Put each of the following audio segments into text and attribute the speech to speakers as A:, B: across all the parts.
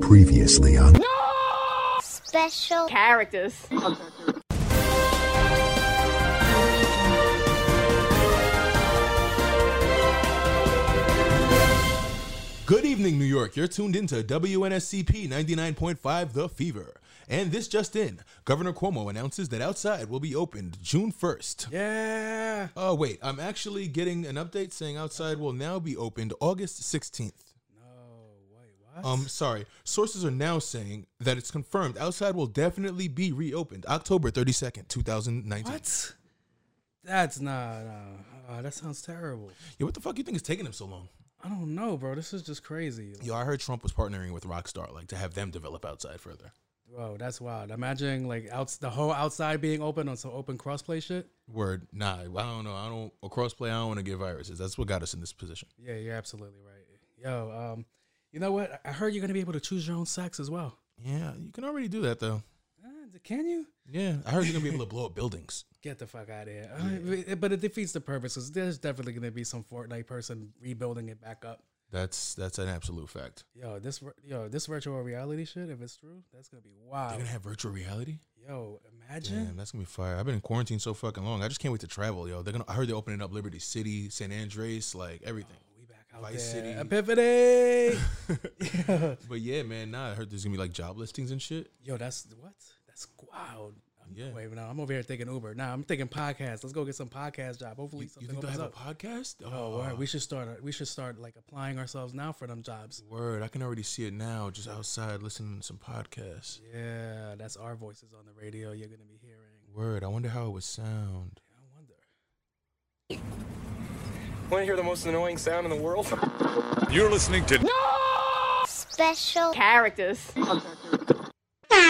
A: Previously on.
B: Special
C: characters.
D: Good evening, New York. You're tuned into WNSCP 99.5 The Fever. And this just in, Governor Cuomo announces that outside will be opened June 1st.
E: Yeah.
D: Oh, wait, I'm actually getting an update saying outside will now be opened August 16th.
E: Oh.
D: Um, sorry. Sources are now saying that it's confirmed outside will definitely be reopened October 32nd, 2019.
E: What? That's not. Uh, uh, that sounds terrible.
D: Yo, what the fuck you think is taking them so long?
E: I don't know, bro. This is just crazy.
D: Yo, I heard Trump was partnering with Rockstar, like to have them develop outside further.
E: Bro, that's wild. Imagine like outs the whole outside being open on some open crossplay shit.
D: Word, nah, I don't know. I don't a crossplay. I don't want to get viruses. That's what got us in this position.
E: Yeah, you're absolutely right. Yo, um, you know what? I heard you're gonna be able to choose your own sex as well.
D: Yeah, you can already do that though.
E: Uh, can you?
D: Yeah, I heard you're gonna be able to blow up buildings.
E: Get the fuck out of here. Uh, it- But it defeats the purpose 'cause there's definitely gonna be some Fortnite person rebuilding it back up.
D: That's that's an absolute fact.
E: Yo, this vir- yo this virtual reality shit. If it's true, that's gonna be
D: They're
E: wild.
D: gonna have virtual reality.
E: Yo, imagine.
D: Damn, that's gonna be fire. I've been in quarantine so fucking long. I just can't wait to travel, yo. They're gonna. I heard they're opening up Liberty City, San Andres, like everything.
E: We back out
D: Vice
E: there.
D: City.
E: Epiphany.
D: But yeah, man. Nah, I heard there's gonna be like job listings and shit.
E: Yo, that's what? That's wild. I'm,
D: Yeah.
E: Wait, no, I'm over here thinking Uber. Nah, I'm thinking podcast. Let's go get some podcast job. Hopefully
D: You, you
E: something
D: think they'll
E: opens
D: have
E: up.
D: a podcast?
E: oh, word. we should start. a- We should start like applying ourselves now for them jobs.
D: word. I can already see it now. Just outside listening to some podcasts.
E: Yeah, that's our voices on the radio. You're gonna be hearing.
D: Word. I wonder how it would sound.
E: I wonder.
F: Want to hear the most annoying sound in the world?
G: You're listening to
B: special
C: Characters.
D: Yo,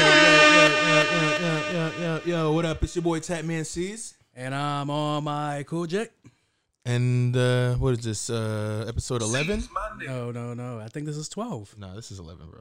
D: yo, yo, yo, yo, yo, yo, yo, what up? It's your boy Tatman C's.
E: And I'm on my cool jet.
D: And uh, what is this? Uh, episode 11?
E: No, no, no. I think this is 12.
D: Nah, this is 11, bro.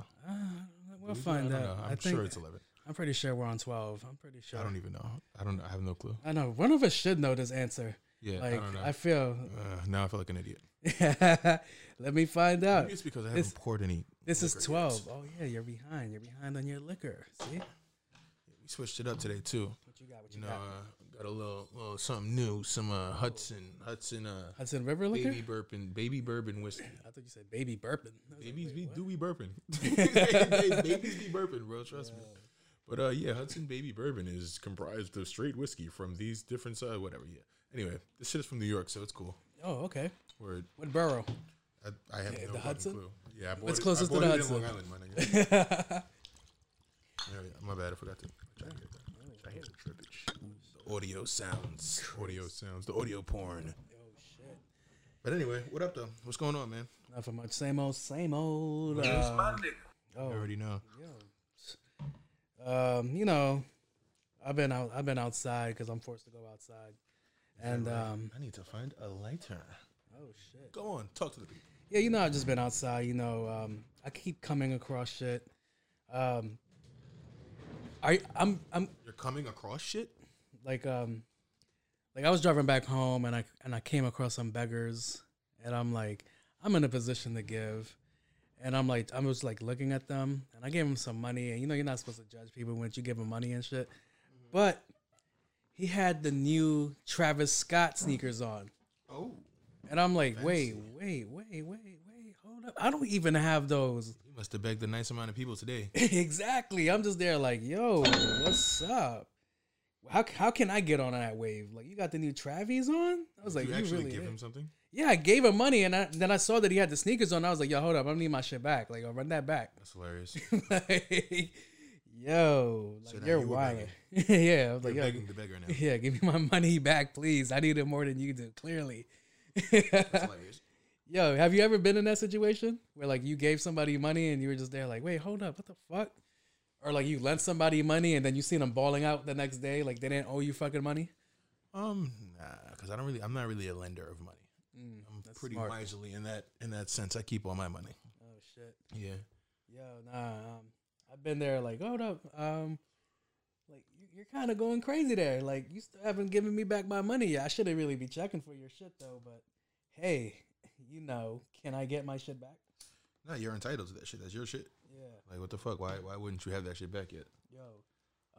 E: We'll find
D: I don't
E: out.
D: know.
E: I
D: I'm
E: think,
D: sure it's 11.
E: I'm pretty sure we're on 12. I'm pretty sure.
D: I don't even know. I don't know. I have no clue.
E: I know. One of us should know this answer.
D: Yeah, I
E: like
D: don't know.
E: I feel.
D: Uh, now I feel like an idiot.
E: Let me find out.
D: Maybe it's because I haven't
E: This-
D: poured any.
E: This is
D: liquor yet.
E: 12. Oh, yeah, you're behind. You're behind on your liquor. See?
D: We switched it up today, too.
E: What you got? What
D: You
E: you
D: know,
E: got?
D: uh, got a little, little something new. Some uh, Hudson, Hudson, uh,
E: Hudson River liquor?
D: baby bourbon, baby bourbon whiskey.
E: I thought you said baby burping. I was like,
D: Babies
E: wait,
D: be
E: what?
D: do be burping. They- they- Babies be burping, bro. Trust me. But uh, yeah, Hudson Baby Bourbon is comprised of straight whiskey from these different sides, whatever. Yeah. Anyway, this shit is from New York, so it's cool.
E: Oh, okay.
D: Word.
E: What borough?
D: I, I have no
E: the
D: fucking
E: Hudson?
D: clue. Yeah, I bought
E: What's
D: it-
E: closest
D: I
E: to
D: bought it
E: the
D: in
E: Hudson?
D: Long Island, my nigga. Yeah, yeah, my bad, I forgot to. I tried to get that. I had to trip it. The audio sounds, audio sounds, the audio porn. Oh shit! But anyway, what up though? What's going on, man?
E: Not for much. Same old, same old. Um,
D: I already know.
E: um, you know, I've been out. I've been outside because I'm forced to go outside. And um,
D: I need to find a lighter.
E: oh shit.
D: Go on, talk to the people.
E: Yeah, you know, I've just been outside. You know, um, I keep coming across shit. Um, I, I'm, I'm
D: You're coming across shit.
E: like, um, like I was driving back home, and I and I came across some beggars, and I'm like, I'm in a position to give, and I'm like, I was like looking at them, and I gave him some money, and you know, you're not supposed to judge people when you give them money and shit, but he had the new Travis Scott sneakers on.
D: Oh,
E: And I'm like, wait, wait, wait, wait, wait, hold up. I don't even have those.
D: you must have begged a nice amount of people today.
E: exactly. I'm just there like, yo, what's up? How, how can I get on that wave? Like, you got the new Travis on? I was like,
D: you,
E: you,
D: actually
E: really
D: give
E: is."
D: him something?
E: Yeah, I gave him money and I, then I saw that he had the sneakers on. I was like, yo, hold up. I need my shit back. Like, I'll run that back.
D: That's hilarious.
E: like, yo, like,
D: So now
E: you're
D: you were
E: wild. yeah, I
D: You're
E: was like, yo,
D: begging the beggar now.
E: yeah, give me my money back, please. I need it more than you do, clearly.
D: That's hilarious.
E: Yo, have you ever been in that situation where like you gave somebody money and you were just there like, wait, hold up, what the fuck? Or like you lent somebody money and then you seen them balling out the next day, like they didn't owe you fucking money.
D: Um, nah, because I don't really. I'm not really a lender of money. Mm, I'm pretty
E: smart.
D: wisely in that in that sense. I keep all my money.
E: Oh shit.
D: Yeah.
E: Yo, nah. Um, I've been there like, hold up, um, like you- you're kind of going crazy there. Like you still haven't given me back my money yet. I shouldn't really be checking for your shit though, but hey, you know, can I get my shit back?
D: No, you're entitled to that shit. That's your shit.
E: Yeah.
D: Like, what the fuck? Why why wouldn't you have that shit back yet?
E: Yo.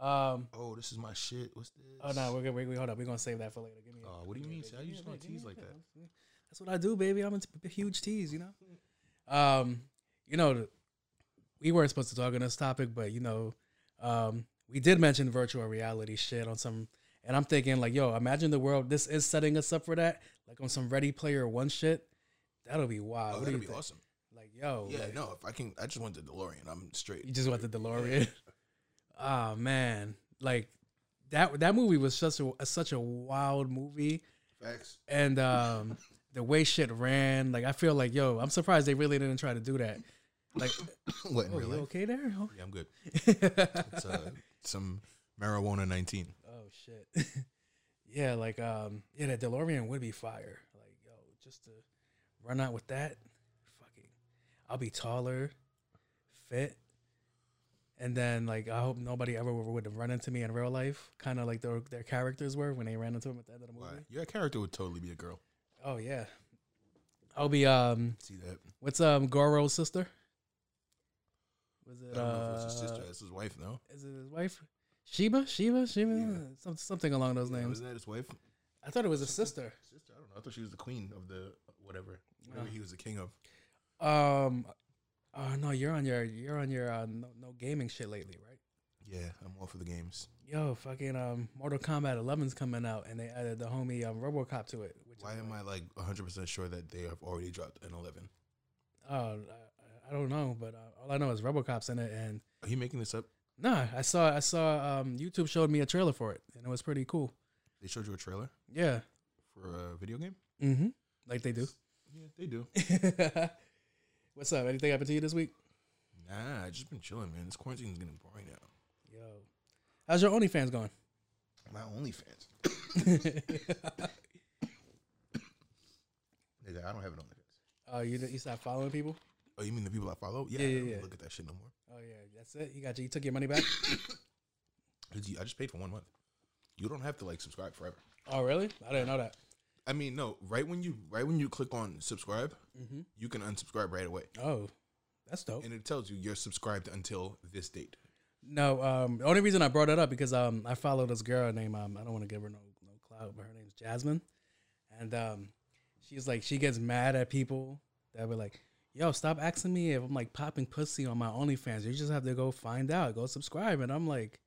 E: Um.
D: Oh, this is my shit. What's this?
E: Oh no, we're gonna we, we, hold up. We're gonna save that for later. Give me. a-
D: Aw, Uh, what do you mean? How you just gonna
E: give me
D: tease
E: a
D: like that?
E: bit. That's what I do, baby. I'm a t- huge tease, you know. Um, you know, we weren't supposed to talk on this topic, but you know, um, we did mention virtual reality shit on some, and I'm thinking like, yo, imagine the world. This is setting us up for that, like on some Ready Player One shit. That'll be wild.
D: Oh,
E: what do you
D: that'd be
E: think?
D: awesome.
E: Like, yo,
D: Yeah,
E: like,
D: no, if I can, I just want the DeLorean. I'm straight.
E: you just want the DeLorean. oh man, like that that movie was such a such a wild movie.
D: Facts.
E: and um, the way shit ran, like I feel like yo, I'm surprised they really didn't try to do that. Like,
D: what in
E: oh,
D: real
E: you
D: life?
E: okay there? Oh,
D: Yeah, I'm good. It's uh, some marijuana 19.
E: oh, shit. yeah, like um, yeah, that DeLorean would be fire. Like yo, just to run out with that, fucking, I'll be taller, fit. And then, like, I hope nobody ever would have run into me in real life, kind of like their, their characters were when they ran into him at the end of the movie.
D: Why? Your character would totally be a girl.
E: Oh yeah, I'll be um,
D: See that?
E: What's um Goro's sister? Was
D: I
E: it
D: don't know
E: uh
D: if it's his sister. That's his wife, no?
E: is it his wife? Sheba? Sheba? Sheba?
D: Yeah.
E: Some, something along those
D: Yeah,
E: names.
D: wasn't that his wife?
E: I thought it was his sister.
D: Sister, I don't know. I thought she was the queen of the whatever. Whatever
E: No.
D: he was the king of.
E: Um Oh no, you're on your you're on your uh, no, no gaming shit lately, right?
D: Yeah, I'm all for the games.
E: Yo, fucking um Mortal Kombat 11's coming out and they added the homie um, RoboCop to it. Which
D: Why
E: is
D: am I like 100% sure that they have already dropped an 11?
E: I? Oh, I, I don't know, but uh, all I know is RoboCop's in it and
D: Are you making this up?
E: nah, I saw I saw um YouTube showed me a trailer for it and it was pretty cool.
D: They showed you a trailer
E: Yeah.
D: for a video game?
E: Mhm. Like they do.
D: Yeah, they do.
E: What's up? Anything happened to you this week?
D: nah, I just been chilling, man. This quarantine is getting boring now.
E: Yo, how's your OnlyFans going?
D: My OnlyFans. Nigga, I don't have it on the
E: Oh, you you stop following people?
D: Oh, you mean the people I follow? Yeah,
E: Yeah, yeah,
D: I don't
E: yeah.
D: look at that shit no more.
E: Oh yeah, that's it. You got you took your money back.
D: 'Cause you- I just paid for one month. You don't have to like subscribe forever.
E: oh really? I didn't know that.
D: I mean, no. Right when you right when you click on subscribe,
E: Mhm.
D: you can unsubscribe right away,
E: Oh, that's dope.
D: and it tells you you're subscribed until this date.
E: No, um, the only reason I brought it up because um, I follow this girl named um, I don't want to give her no no clout, but her name's Jasmine, and um, she's like she gets mad at people that were like, "Yo, stop asking me if I'm like popping pussy on my OnlyFans. You just have to go find out, go subscribe." And I'm like,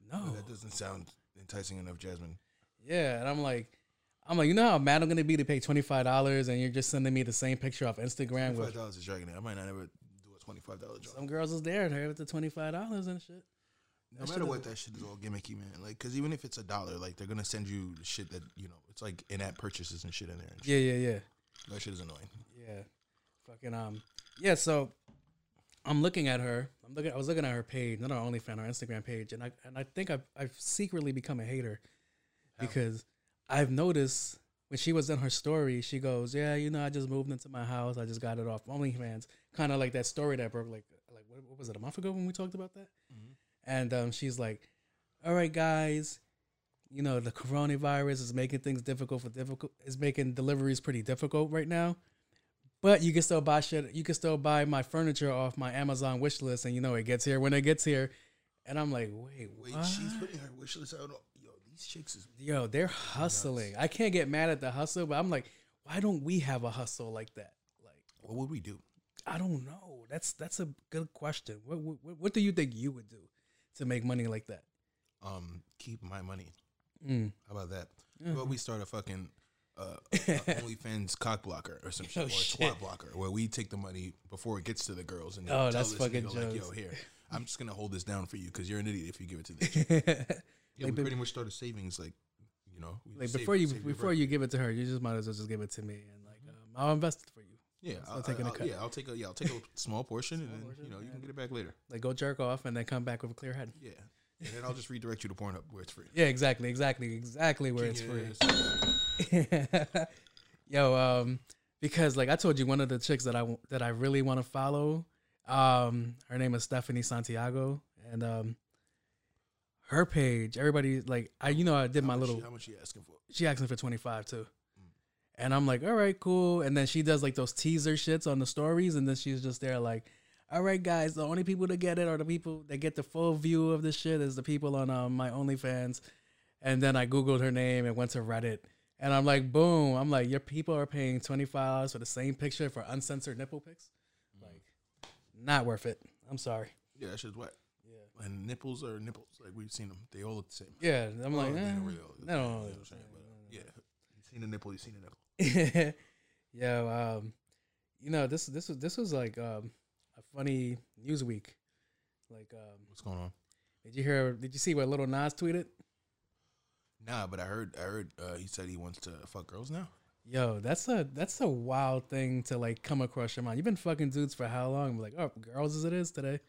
D: But
E: "No,
D: That doesn't sound enticing enough, Jasmine.
E: yeah." And I'm like, "I'm like, you know how mad I'm gonna be to pay twenty five dollars, and you're just sending me the same picture off Instagram
D: Five
E: with
D: dollars is dragging it. I might not ever do a twenty five dollar job.
E: some girls is there, they're with the twenty five dollars and shit."
D: No matter what, that shit is all gimmicky, man. Like, cause even if it's a dollar, like they're gonna send you the shit that you know. It's like in app purchases and shit in there. And shit.
E: Yeah, yeah, yeah.
D: That shit is annoying.
E: Yeah. Fucking um yeah, so I'm looking at her. I'm looking I was looking at her page, not her OnlyFans, her Instagram page, and I and I think I've I've secretly become a hater because I've noticed when she was in her story, she goes, Yeah, you know, I just moved into my house, I just got it off OnlyFans. Kinda like that story that broke like like what, what was it, a month ago when we talked about that?
D: Mm-hmm.
E: And um she's like, All right guys, you know, the coronavirus is making things difficult for difficult is making deliveries pretty difficult right now but you can still buy shit. You can still buy my furniture off my Amazon wish list, and you know it gets here when it gets here. And I'm like, wait,
D: Wait,
E: what?
D: she's putting her wish list out. On, yo, these chicks is
E: yo, they're hustling. I can't get mad at the hustle, but I'm like, why don't we have a hustle like that? Like,
D: what would we do?
E: I don't know. That's that's a good question. What what, what do you think you would do to make money like that?
D: Um, keep my money.
E: Mm.
D: How about that?
E: Mm-hmm.
D: Well, we start a fucking uh, a- a OnlyFans cock blocker or some shit,
E: Oh,
D: or a
E: shit.
D: twat blocker, where we take the money before it gets to the girls and
E: Oh,
D: tell
E: that's
D: this
E: fucking
D: nigga, like,
E: jokes.
D: yo, here, I'm just gonna hold this down for you because you're an idiot if you give it to this. yeah, we
E: Like, be-
D: pretty much started savings, like you know, we
E: Like
D: save-
E: before you
D: save your Mm-hmm.
E: before
D: birth.
E: you give it to her, you just might as well just give it to me, and like um, I'll invest it for you.
D: yeah, I'll,
E: taking a
D: I'll,
E: cut.
D: yeah, I'll take a yeah, I'll take a small portion and then
E: portion,
D: you know you
E: yeah.
D: can get it back later.
E: Like go jerk off and then come back with a clear head.
D: Yeah, and then I'll just redirect you to Pornhub where it's free.
E: Yeah, exactly, exactly, exactly where it's free.
D: Yes.
E: Yo, um, because like I told you, one of the chicks that I w- that I really want to follow, um, her name is Stephanie Santiago, and um, her page, everybody like I, you know, I did my
D: How much she-
E: little.
D: How much you asking for? Mm.
E: She asked me for twenty five too, And I'm like, all right, cool. And then she does like those teaser shits on the stories, and then she's just there like, all right, guys, the only people that get it are the people that get the full view of this shit is the people on um, my OnlyFans. And then I googled her name and went to Reddit, and I'm like, boom! I'm like, your people are paying twenty five dollars for the same picture for uncensored nipple pics.
D: Mm.
E: Like, not worth it. I'm sorry.
D: Yeah, that shit's wet. Yeah. And nipples are nipples. Like we've seen them. They all look the same.
E: Yeah, I'm like,
D: They
E: eh,
D: don't really all look the
E: I don't
D: same, you know what
E: really
D: I'm saying? But, uh, yeah. You've seen a nipple, you've seen a nipple.
E: yeah, um, you know this this was this was like um, a funny news week. Like, um,
D: What's going on?
E: did you hear? Did you see what Little Nas tweeted?
D: Nah, but I heard I heard uh, he said he wants to fuck girls now.
E: Yo, that's a that's a wild thing to like come across your mind. You've been fucking dudes for how long? I'm like, oh, girls as it is today.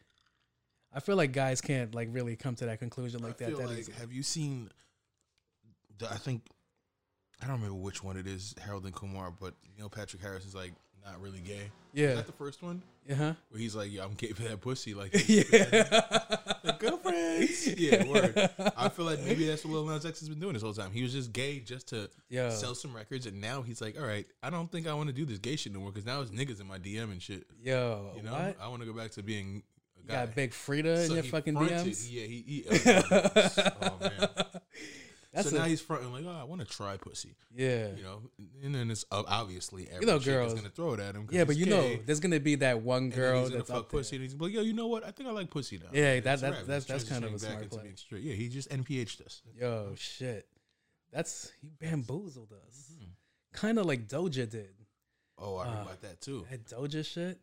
E: I feel like guys can't like really come to that conclusion like
D: I
E: that.
D: feel
E: that
D: like,
E: easy.
D: have you seen? The, I think I don't remember which one it is, Harold and Kumar, but you know Patrick Harris is like not really gay. Is
E: yeah,
D: that the first one
E: uh huh,
D: where he's like, "Yeah, I'm gay for that pussy." Like, yeah,
E: yeah.
D: girlfriends. yeah, word. I feel like maybe that's what Lil Nas X has been doing this whole time. He was just gay just to
E: Yo.
D: sell some records, and now he's like, "All right, I don't think I want to do this gay shit no more because now it's niggas in my DM and shit."
E: Yo,
D: You know,
E: what?
D: I want to go back to being a
E: You
D: guy.
E: got Big Frida
D: So
E: in your
D: he
E: fucking
D: fronted.
E: DMs.
D: Yeah, he. he oh man.
E: That's
D: so
E: a-
D: now he's fronting like, oh, I want to try pussy,
E: Yeah,
D: you know, and then it's ob- obviously every
E: know
D: chick is
E: girls.
D: gonna throw it at him. 'cause
E: yeah, but
D: he's
E: you
D: gay,
E: know, there's gonna be that one
D: and then
E: girl
D: he's gonna
E: that's
D: fuck
E: up there.
D: pussy, and he's like, yo, you know what? I think I like pussy now.
E: Yeah,
D: And
E: that-
D: it's
E: that-
D: a wrap.
E: that's-
D: He's
E: that's kind
D: transitioning
E: of a
D: back
E: smart
D: into
E: play.
D: being straight. Yeah, he just NPH'd us.
E: Yo, shit, that's he bamboozled us,
D: Mm-hmm.
E: kind of like Doja did.
D: Oh,
E: Uh-huh.
D: I heard about that too.
E: That Doja shit.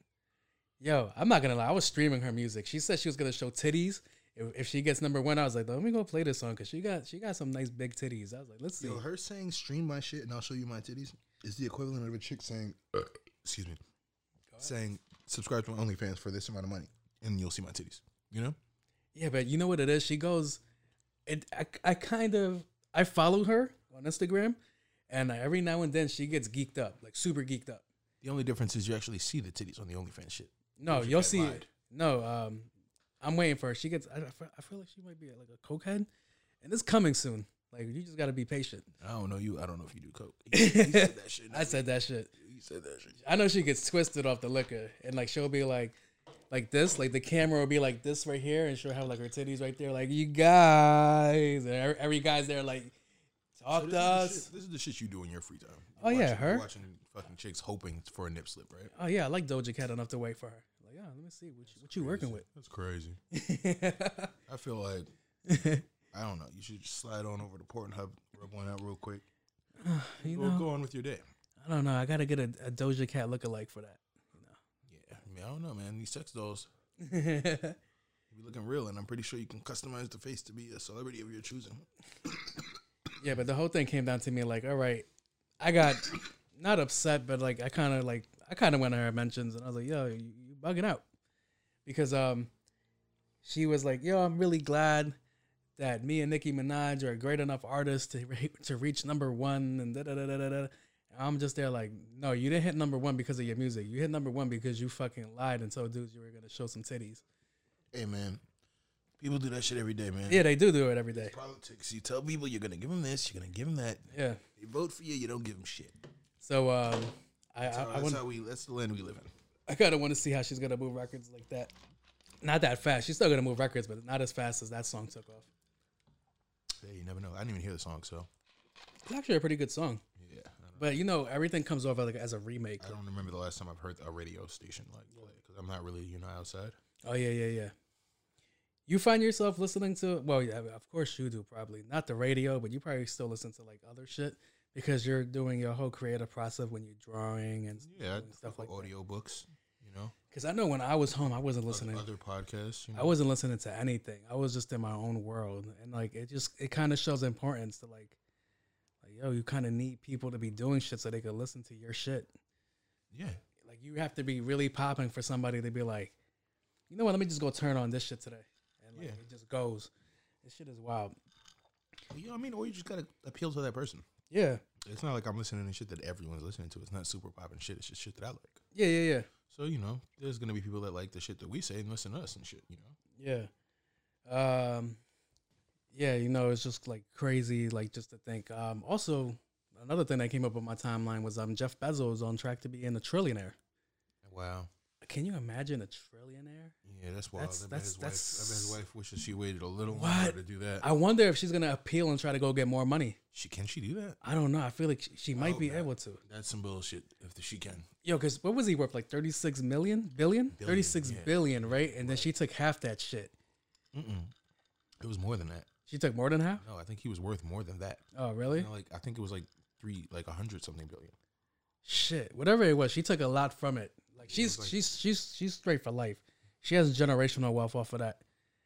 E: Yo, I'm not gonna lie. I was streaming her music. She said she was gonna show titties. If, if she gets number one, I was like, let me go play this song because she got she got some nice big titties. I was like, let's see.
A: Yo, her saying stream my shit and I'll show you my titties is the equivalent of a chick saying,
D: uh, Excuse me.
A: saying subscribe to my OnlyFans for this amount of money.
D: And you'll see my titties. You know?
E: Yeah, but you know what it is? She goes, it, I, I kind of, I follow her on Instagram, and every now and then she gets geeked up, like super geeked up.
D: The only difference is you actually see the titties on the OnlyFans shit.
E: No,
D: Doja
E: you'll
D: Cat
E: see.
D: lied.
E: No, um, I'm waiting for her. She gets, I, I feel- I feel like she might be like a cokehead, and it's coming soon. Like, you just got to be patient.
D: I don't know you. I don't know if you do coke. He, he said that shit.
E: I said that shit.
D: He said that shit.
E: I know she gets twisted off the liquor, and like she'll be like, like this, like the camera will be like this right here, and she'll have like her titties right there, like you guys, and every, every guy's there like talk
D: So
E: to
D: This is, the
E: us.
D: shit, this is the shit you do in your free time.
E: Oh,
D: You're
E: yeah,
D: watching- you're
E: her.
D: watching fucking chicks hoping for a nip slip, right?
E: Oh yeah, I like Doja Cat enough to wait for her. Like, yeah, let me see what you, what you working with.
D: That's crazy. I feel like I don't know. You should just slide on over to Pornhub, rub one out real quick.
E: You
D: Go,
E: know,
D: go on with your day.
E: I don't know. I gotta get a, a Doja Cat lookalike for
D: Yeah, I, mean, I don't know, man. These sex dolls
E: that.
D: be looking real, and I'm pretty sure you can customize the face to be a celebrity of your choosing.
E: yeah, but the whole thing came down to me like, all right, I got not upset, but like I kind of like I kind of went to her mentions and I was like, yo, you, you bugging out because um she was like, yo, I'm really glad that me and Nicki Minaj are great enough artists to re- to reach number one and da da da da da. da. I'm just there like, no, you didn't hit number one because of your music. You hit number one because you fucking lied and told dudes you were gonna show some titties.
D: Hey, man, people do that shit every day, man.
E: Yeah, they do do it every day.
D: Politics. You tell people you're gonna give them this, you're gonna give them that.
E: Yeah.
D: They vote for you, you don't give them shit.
E: So um, I I,
D: So
E: I
D: that's
E: want
D: how we. That's the land we live in.
E: I kind of want to see how she's gonna move records like that. Not that fast. She's still gonna move records, but not as fast as that song took off.
D: Hey, you never know. I didn't even hear the song, so
E: It's actually a pretty good song,
D: yeah. I don't-
E: but you know everything comes off like as a remake.
D: I don't remember the last time I've heard a radio station like because I'm not really, you know, outside.
E: Oh yeah, yeah, yeah. You find yourself listening to well, yeah, of course you do probably not the radio, but you probably still listen to like other shit because you're doing your whole creative process when you're drawing and
D: Yeah,
E: doing stuff like that.
D: audio books, you know,
E: Because I know when I was home, I wasn't listening.
D: other podcasts. You know?
E: I wasn't listening to anything. I was just in my own world, and like it just it kind of shows importance to like, like yo, you kind of need people to be doing shit so they can listen to your shit.
D: yeah,
E: Like you have to be really popping for somebody to be like, you know what? Let me just go turn on this shit today, and like
D: Yeah.
E: it just goes. This shit is wild.
D: you know what I mean, or you just gotta appeal to that person.
E: Yeah,
D: It's not like I'm listening to shit that everyone's listening to. It's not super popping shit. It's just shit that I like.
E: yeah, yeah, yeah,
D: So you know, there's gonna be people that like the shit that we say and listen to us and shit. You know,
E: yeah. Um, yeah, you know, it's just like crazy, like just to think. Um, also, another thing that came up on my timeline was um Jeff Bezos on track to be in a trillionaire.
D: Wow.
E: Can you imagine a trillionaire?
D: Yeah, that's wild.
E: That's-
D: I, bet
E: that's-
D: his wife, I bet
E: that's-
D: his wife wishes she waited a little longer
E: What?
D: to do that.
E: I wonder if she's gonna appeal and try to go get more money.
D: she can she do that?
E: I don't know. I feel like she, she might
D: hope
E: be
D: not.
E: able to.
D: That's some bullshit. If she can,
E: Yo, because what was he worth? Like 36 million? Billion?
D: Billion,
E: 36
D: yeah.
E: billion, right? And then she took half that shit.
D: it was more than that.
E: She took more than half?
D: No, I think he was worth more than that.
E: Oh, really?
D: You know, like I think it was like three, like a hundred something billion.
E: Shit. Whatever it was, she took a lot from it. Like she's she's she's she's straight for life. She has generational wealth off of that.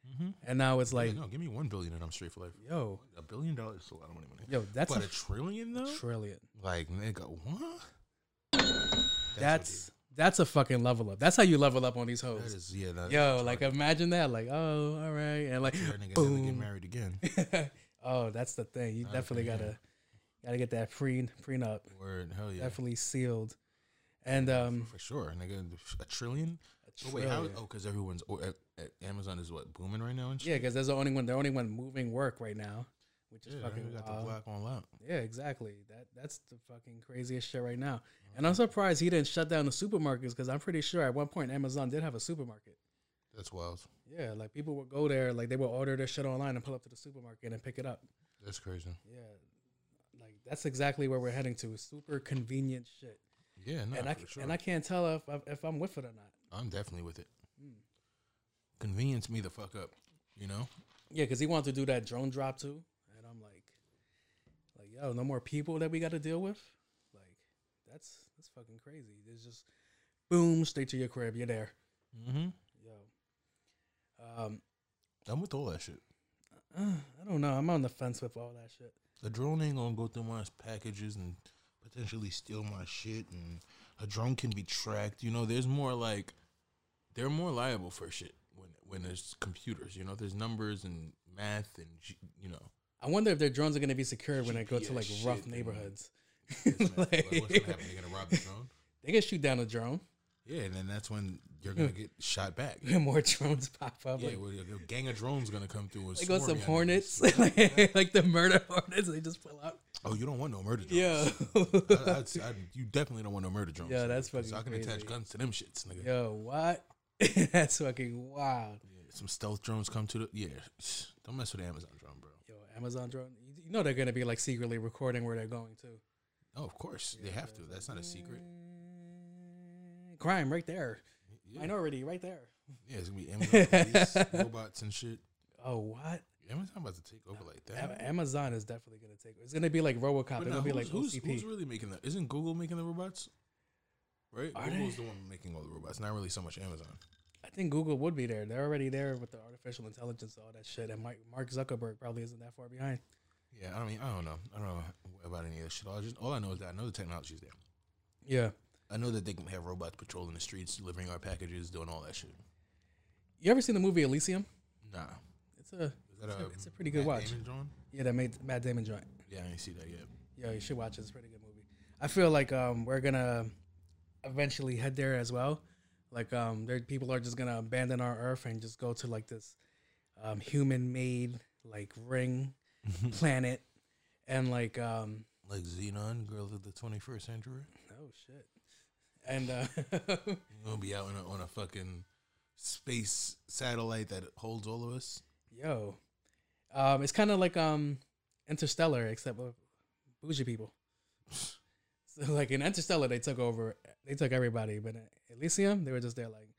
D: Mm-hmm.
E: And now it's like,
D: Like, no, give me one billion and I'm straight for life.
E: yo,
D: A billion dollars is a lot of money. money.
E: yo, that's
D: but
E: a
D: a trillion though.
E: trillion.
D: like nigga, what?
E: That's that's a fucking level up. That's how you level up on these
D: That
E: hoes.
D: is yeah. That,
E: Yo, like imagine that. Like, oh, all right, and like,
D: that nigga never get
E: boom.
D: married again.
E: oh, that's the thing. You definitely gotta gotta get that pre prenup
D: Word, hell yeah,
E: definitely sealed. And um,
D: for sure, nigga. A trillion.
E: A
D: Oh, wait, how?
E: trillion.
D: Oh, because everyone's or, at, at Amazon is what booming right now and shit.
E: yeah, because there's the only one. The only one moving work right now, which is
D: Yeah,
E: fucking.
D: we got the
E: wild.
D: black on lock.
E: Yeah, exactly. That that's the fucking craziest shit right
D: Uh-huh.
E: now. And I'm surprised he didn't shut down the supermarkets because I'm pretty sure at one point Amazon did have a supermarket.
D: That's wild.
E: Yeah, like people would go there, like they would order their shit online and pull up to the supermarket and pick it up.
D: That's crazy.
E: Yeah, like that's exactly where we're heading to. is Super convenient shit,
D: Yeah, no,
E: and I
D: for sure.
E: and I can't tell if I'm- if I'm with it or not.
D: I'm definitely with it.
E: Hmm.
D: Convenience me the fuck up, you know.
E: Yeah, because he wanted to do that drone drop too, and I'm like, like yo, no more people that we got to deal with. Like that's that's fucking crazy. There's just boom, straight to your crib. You're there.
D: Mm-hmm.
E: Yo, um, uh,
D: I'm with all that shit.
E: I don't know. I'm on the fence with all that shit.
D: A drone ain't gonna go through my packages and potentially steal my shit. And a drone can be tracked. You know, there's more like they're more liable for shit when when there's computers. You know, there's numbers and math and G- you know.
E: I wonder if their drones are gonna be secured when they go to
D: GPS
E: like rough
D: shit, man.
E: neighborhoods.
D: Like,
E: Like-
D: what's gonna happen? They're gonna rob the drone.
E: They can shoot down a drone.
D: Yeah, and then that's when you're gonna get shot back.
E: and more drones pop up.
D: Yeah,
E: like,
D: well, a gang of drones gonna come through and
E: they go
D: swarm
E: some
D: you.
E: hornets, like, like the murder hornets. They just pull out.
D: Oh, you don't want no murder drones.
E: Yo,
D: I, I'd say- I'd- you definitely don't want no murder drones.
E: Yeah,
D: nigga,
E: that's
D: 'cause I can
E: fucking
D: attach
E: crazy.
D: guns to them shits, nigga.
E: yo, what? That's fucking wild.
D: Some stealth drones come to the yeah. Don't mess with the Amazon drone, bro.
E: Yo, Amazon drone. You- You know they're gonna be like secretly recording where they're going to.
D: Oh, of course they have to. That's not a secret.
E: Crime right there.
D: Yeah,
E: Minority right there.
D: yeah it's gonna be Amazon police, robots and shit.
E: Oh, what?
D: Amazon about to take over like
E: Am-
D: that.
E: Amazon is definitely gonna take. It's gonna be like RoboCop.
D: But
E: It's
D: now,
E: gonna be
D: who's,
E: like
D: who's,
E: OCP.
D: who's really making that? Isn't Google making the robots? Right,
E: Are
D: Google's
E: they?
D: the one making all the robots. Not really so much Amazon.
E: I think Google would be there. They're already there with the artificial intelligence, all that shit. And Mike, Mark Zuckerberg probably isn't that far behind.
D: Yeah, I mean, I don't know. I don't know about any of that shit. All I just all I know is that I know the technology's there.
E: Yeah.
D: I know that they can have robots patrolling the streets, delivering our packages, doing all that shit.
E: You ever seen the movie Elysium?
D: Nah,
E: It's a
D: is that
E: It's
D: a,
E: a- it's a pretty good
D: Matt
E: watch.
D: Damon drawing?
E: yeah that made Matt Damon joint.
D: Yeah, I ain't see that yet.
E: Yo, you should watch it. It's a pretty good movie. I feel like um we're gonna eventually head there as well. Like um there people are just gonna abandon our earth and just go to like this um human made like ring planet and like um
D: Like Xenon, Girl of the 21st Century.
E: oh shit. And uh
D: We're gonna be out on a, on a fucking space satellite that holds all of us.
E: Yo, um, it's kind of like um, Interstellar, except with bougie people. so like in Interstellar, they took over, they took everybody, but in Elysium, they were just there like,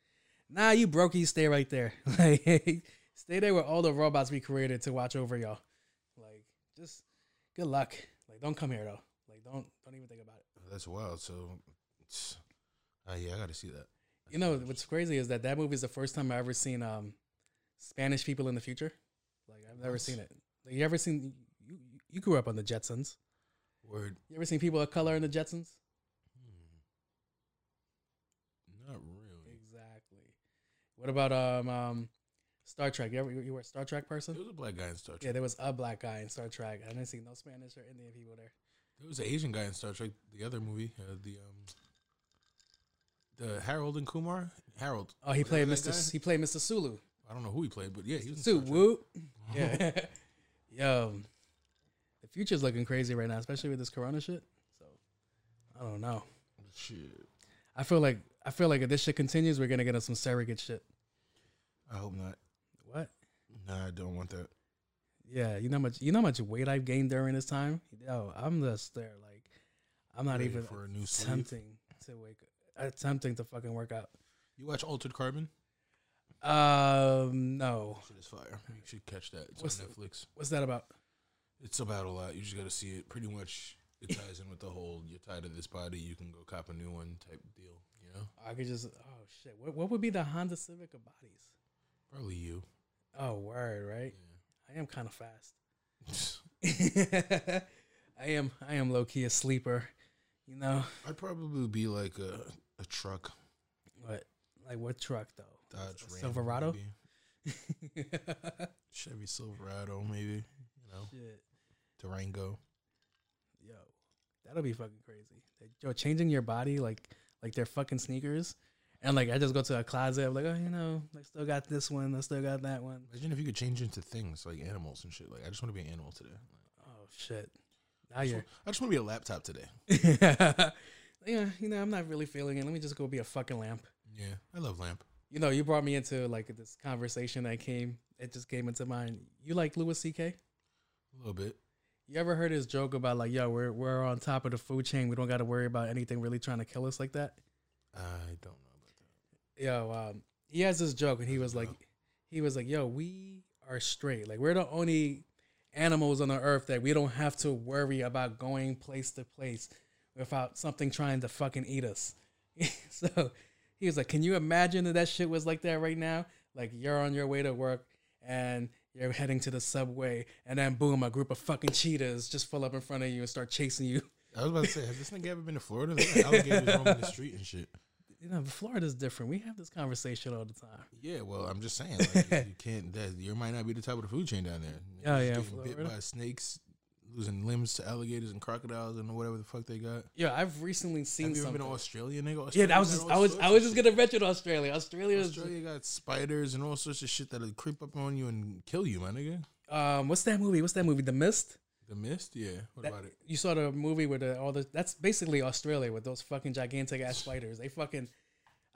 E: nah, you brokey, stay right there, like stay there with all the robots we created to watch over y'all. Like just good luck. Like don't come here though. Like don't don't even think about it.
D: That's wild. So, it's- uh, yeah, I gotta see that.
E: You know what's crazy is that that movie is the first time I ever seen um Spanish people in the future. Like I've never
D: What?
E: seen it. Like, you ever seen you you grew up on the Jetsons.
D: Word.
E: You ever seen people of color in the Jetsons?
D: Not really.
E: Exactly. What about um um Star Trek? You ever you were a Star Trek person?
D: There was a black guy in Star Trek.
E: Yeah, there was a black guy in Star Trek. I didn't see no Spanish or Indian people there.
D: There was an Asian guy in Star Trek, the other movie, uh, the um, the Harold and Kumar. Harold.
E: Oh, he
D: Was that
E: played
D: that
E: Mr. S-
D: guy?
E: He played Mr. Sulu.
D: I don't know who he played, but yeah, he was in
E: Sulu.
D: Star Trek.
E: Yeah. Yo. The the future's looking crazy right now, especially with this corona shit. So I don't know.
D: Shit.
E: I feel like I feel like if this shit continues, we're gonna get us some surrogate shit.
D: I hope not.
E: What?
D: Nah, I don't want that.
E: Yeah, you know how much you know how much weight I've gained during this time. Yo, I'm just there. Like, I'm not
D: Ready
E: even
D: for a new sleeve.
E: attempting to wake, attempting to fucking work out.
D: You watch Altered Carbon?
E: Um, no.
D: Shit is fire. You should catch that. It's
E: What's the-
D: on Netflix.
E: What's that about?
D: It's about a lot. You just got to see it. Pretty much, it ties in with the whole "you're tired of this body, you can go cop a new one" type deal. You know,
E: I could just. Oh shit. What what would be the Honda Civic of bodies?
D: probably you.
E: Oh word, right? I am kind of fast. I am. I am low key a sleeper. You know
D: I'd probably be like a a truck
E: what? Like what truck though?
D: Dodge
E: A
D: Ram,
E: Silverado.
D: maybe.
E: shit.
D: Chevy Silverado, maybe. You know, Durango.
E: yo, that'll be fucking crazy. Like, yo, changing your body like like they're fucking sneakers, and like I just go to a closet. I'm like, oh, you know, I still got this one. I still got that one.
D: Imagine if you could change into things like animals and shit. Like, I just want to be an animal today.
E: Oh shit. Now
D: I
E: you're,
D: just- I just want to be a laptop today.
E: yeah, you know, I'm not really feeling it. Let me just go be a fucking lamp.
D: Yeah, I love lamp.
E: You know, you brought me into like this conversation that came. It just came into mind. You like Louis C.K.
D: A little bit.
E: You ever heard his joke about like, yo, we're we're on top of the food chain. We don't got to worry about anything really trying to kill us like that.
D: I don't know about that.
E: yo, um, he has this joke, and he was like, he was like, yo, we are straight. Like we're the only animals on the earth that we don't have to worry about going place to place without something trying to fucking eat us. so he was like, can you imagine that that shit was like that right now? Like you're on your way to work and you're heading to the subway, and then boom, a group of fucking cheetahs just pull up in front of you and start chasing you.
D: I was about to say, has this nigga ever been to Florida? There's like alligators roaming the street and shit.
E: You know, Florida's different. We have this conversation all the time.
D: Yeah, well, I'm just saying, like, you, you can't. That you might not be the top of the food chain down there.
E: Oh,
D: Niggas
E: yeah,
D: getting bit
E: Florida.
D: by snakes, losing limbs to alligators and crocodiles and whatever the fuck they got.
E: Yeah, I've recently
D: Have
E: seen
D: you ever
E: something.
D: been to Australia, nigga?
E: Yeah,
D: Australia
E: that was
D: got
E: just,
D: all
E: I was
D: sorts
E: I
D: of
E: was just
D: shit.
E: gonna venture to Australia. Australia is
D: Australia got spiders and all sorts of shit that'll creep up on you and kill you, my nigga.
E: um what's that movie? What's that movie? The Mist?
D: The mist, yeah. What about it?
E: You saw the movie with the, all the that's basically Australia with those fucking gigantic ass spiders. They fucking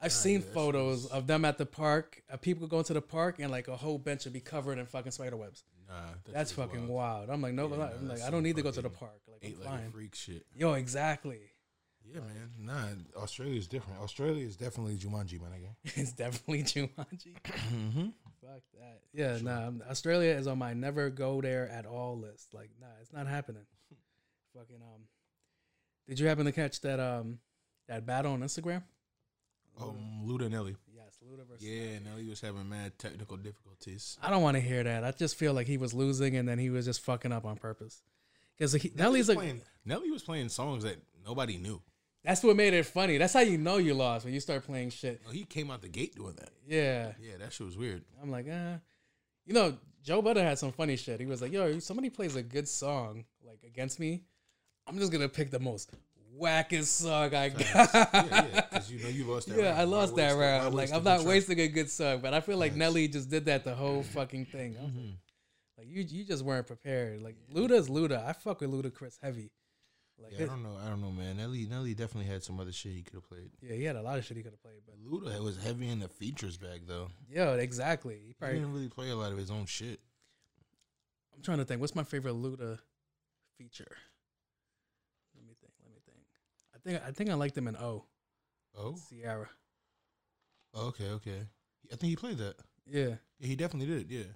E: I've seen photos of them at the park, of people going to the park and like a whole bench would be covered in fucking spider webs.
D: Nah, that
E: That's
D: shit was
E: fucking
D: wild.
E: wild. I'm like, no,
D: Yeah,
E: I'm
D: no,
E: like, I'm
D: that's
E: like I
D: some
E: don't need to go to the
D: fucking
E: park. Like I'm
D: Ate like a
E: fine.
D: freak shit.
E: Yo, exactly.
D: Yeah, man. Nah, Australia is different. Australia is definitely Jumanji, my nigga.
E: it's definitely Jumanji. Mm-hmm. Fuck that. Yeah, nah. I'm- Australia is on my never go there at all list. Like, nah, it's not happening. Fucking um. Did you happen to catch that um that battle on Instagram?
D: Um, Luda and Nelly.
E: Yes, Luda versus.
D: Yeah, Nelly was having mad technical difficulties.
E: I don't want to hear that. I just feel like he was losing and then he was just fucking up on purpose. Because Nelly's
D: was
E: like,
D: playing, Nelly was playing songs that nobody knew.
E: that's what made it funny. That's how you know you lost when you start playing shit.
D: Oh, He came out the gate doing that.
E: Yeah.
D: Yeah, that shit was weird.
E: I'm like, uh, you know, Joe Butter had some funny shit. He was like, yo, if somebody plays a good song like against me. I'm just gonna pick the most wackest song I
D: Yeah,
E: got.
D: yeah, because you know you lost that.
E: yeah,
D: round.
E: I
D: Why
E: lost that
D: waste- why
E: round.
D: waste
E: Like,
D: a
E: I'm
D: good
E: not
D: track?
E: wasting a good song, but I feel like Nelly just did that the whole fucking thing. I was
D: Mm-hmm.
E: like, like, you, you just weren't prepared. Like, Luda's Luda. I fuck with Luda Chris heavy. Like,
D: Yeah, I
E: yeah,
D: don't know. I don't know, man. Nelly, Nelly definitely had some other shit he could have played.
E: yeah, he had a lot of shit he could have played, but
D: Luda was heavy in the features bag though.
E: yo, exactly. He
D: He
E: probably,
D: didn't really play a lot of his own shit.
E: I'm trying to think. What's my favorite Luda feature? Let me think. Let me think. I think I think I liked him in O
D: Oh,
E: Sierra.
D: okay, okay. I think he played that.
E: Yeah.
D: Yeah, he definitely did. Yeah.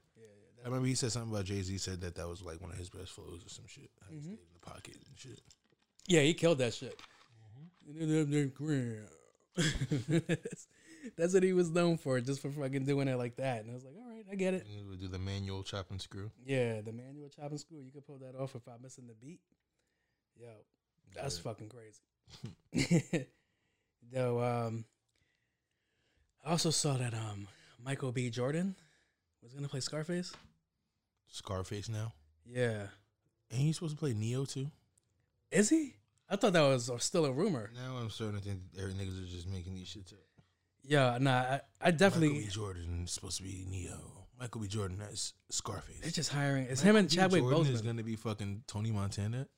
D: I remember he said something about Jay Z. Said that that was like one of his best flows or some shit. How he
E: Mm-hmm.
D: stayed in the pocket and shit.
E: Yeah, he killed that shit. That's what he was known for, just for fucking doing it like that. And I was like, all right, I get it.
D: And he would do the manual chop and screw.
E: Yeah, the manual chopping screw, you could pull that off without missing the beat. Yo, that's fucking crazy. Though, um, I also saw that um Michael B. Jordan was gonna play Scarface.
D: Scarface now.
E: Yeah,
D: And he's supposed to play Neo too.
E: is he? I thought that was still a rumor.
D: Now I'm starting to think every niggas are just making these shits up.
E: Yeah, nah, I, I
D: Michael B.
E: definitely.
D: Jordan is supposed to be Neo. Michael B. Jordan as Scarface.
E: They're just hiring. It's him and
D: Michael B.
E: Chadwick
D: Jordan is
E: Boseman.
D: gonna be fucking Tony Montana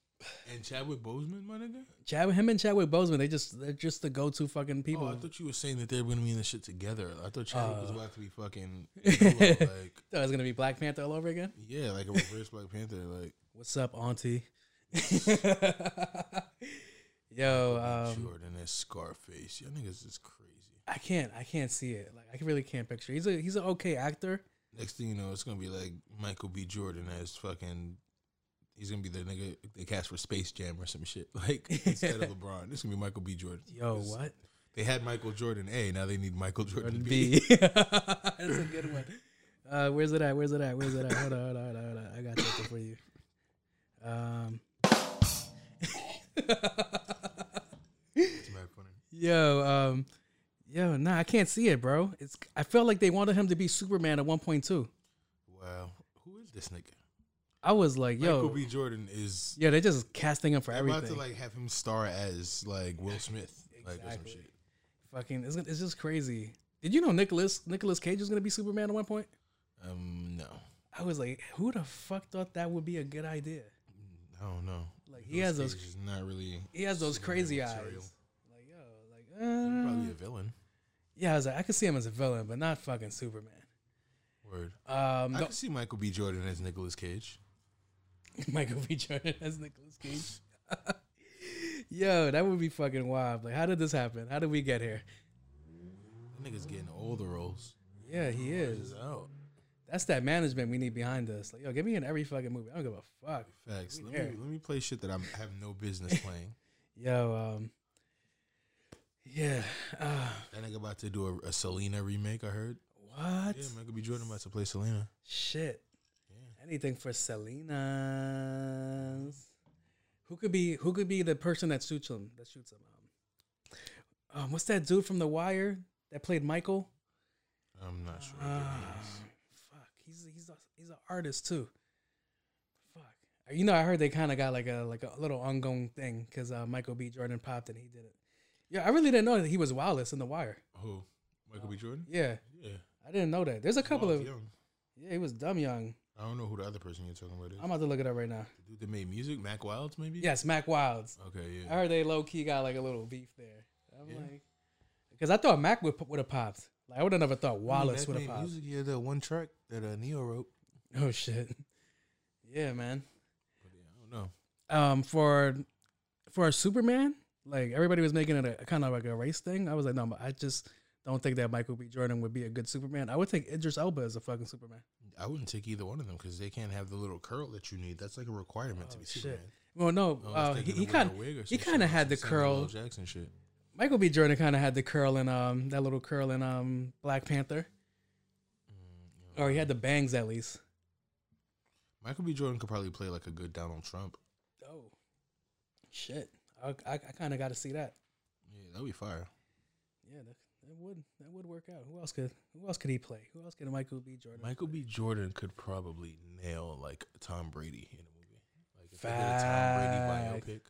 D: and Chadwick Boseman, my nigga.
E: Chad, him and Chadwick Boseman. They just they're just the go to fucking people.
D: Oh, I thought you were saying that they were gonna be in this shit together. I thought Chadwick
E: Uh.
D: was about to be fucking like
E: Oh, it's gonna be Black Panther all over again.
D: yeah, like a reverse Black Panther. Like
E: What's up, Auntie? Yo, um,
D: Jordan as Scarface. Y'all niggas is crazy.
E: I can't. I can't see it. Like I really can't picture. He's a he's an okay actor.
D: Next thing you know, it's gonna be like Michael B. Jordan as fucking. He's gonna be the nigga they cast for Space Jam or some shit. Like instead of LeBron, it's gonna be Michael B. Jordan.
E: Yo,
D: It's-
E: what?
D: They had Michael Jordan A. Now they need Michael Jordan,
E: Jordan
D: B.
E: B. That's a good one. Uh, where's it at? Where's it at? Where's it at? Hold on, hold on, hold on. Hold on. I got that for you. Um,
D: It's mad funny.
E: yo, um, yo, nah, I can't see it, bro. It's. I felt like they wanted him to be Superman at one point too.
D: Wow, who is this nigga?
E: I was like, yo,
D: Michael B. Jordan is
E: yeah, they're just casting him for
D: They're
E: everything.
D: about to like have him star as like Will Smith, like or some
E: Exactly.
D: shit.
E: Fucking, it's, it's just crazy. Did you know Nicholas Nicholas Cage was gonna be Superman at one point?
D: Um, no,
E: I was like, who the fuck thought that would be a good idea?
D: I don't know.
E: Like he has those
D: Cage is not really
E: he has those crazy eyes.
D: material.
E: Like yo, like uh,
D: probably a villain.
E: yeah, I was like, I could see him as a villain, but not fucking Superman.
D: Word.
E: Um,
D: I
E: no-
D: can see Michael B. Jordan as Nicolas Cage.
E: Michael B. Jordan as Nicholas Cage. yo, that would be fucking wild. Like, how did this happen? How did we get here?
D: That nigga's getting all the roles.
E: Yeah, he is.
D: He's out.
E: That's that management we need behind us. Like, yo, get me in every fucking movie. I don't give a fuck.
D: Facts. Let
E: there.
D: me let me play shit that I'm, I have no business playing.
E: Yo, um, yeah. Uh,
D: that nigga about to do a, a Selena remake. I heard.
E: what?
D: Yeah, Michael B. Jordan about to play Selena.
E: Shit. Anything for Selena's. Who could be who could be the person that shoots him? That shoots him. Um, um, what's that dude from The Wire that played Michael? Ah,
D: I'm not sure.
E: Fuck, he's he's a, he's an artist too. Fuck, you know I heard they kind of got like a like a little ongoing thing because uh, Michael B. Jordan popped and he did it. Yeah, I really didn't know that he was wildest in The Wire.
D: Who? Michael B. Jordan?
E: Yeah,
D: Uh, Yeah.
E: I didn't know that. There's a couple
D: Mark
E: of
D: Young.
E: yeah, he was dumb young.
D: I don't know who the other person you're talking about is.
E: I'm about to look it up right now.
D: the dude that made music, Mac Wilds, maybe.
E: Yes, Mac Wilds.
D: Okay. Yeah.
E: I heard they low key got like a little beef there. I'm like, because I thought Mac would would have popped. Like I would have never thought
D: I mean,
E: Wallace
D: that
E: would have
D: made
E: popped.
D: Music, yeah, that one track that uh, Neo wrote.
E: Oh shit. Yeah, man.
D: I don't know.
E: Um, for for a Superman, like everybody was making it a kind of like a race thing. I was like, no, but I just don't think that Michael B. Jordan would be a good Superman. I would take Idris Elba as a fucking Superman.
D: I wouldn't take either one of them because they can't have the little curl that you need. That's like a requirement
E: Oh,
D: to be Superman.
E: Well, no,
D: Unless
E: uh,
D: they're
E: he
D: gonna wear
E: kind
D: a wig or
E: he
D: some
E: kind of
D: shit,
E: had the
D: like some Samuel L.
E: curl.
D: Jackson shit.
E: Michael B. Jordan kind of had the curl in um that little curl in um Black Panther, or Oh, he had the bangs at least.
D: Michael B. Jordan could probably play like a good Donald Trump.
E: Oh, shit! I I, I kind of got to see that.
D: Yeah, that'd be fire.
E: Yeah, that, that would that would work out. Who else could Who else could he play? Who else could Michael B. Jordan?
D: Michael B. Jordan could probably nail like Tom Brady in a movie. Like if
E: Fact.
D: they did a Tom Brady biopic,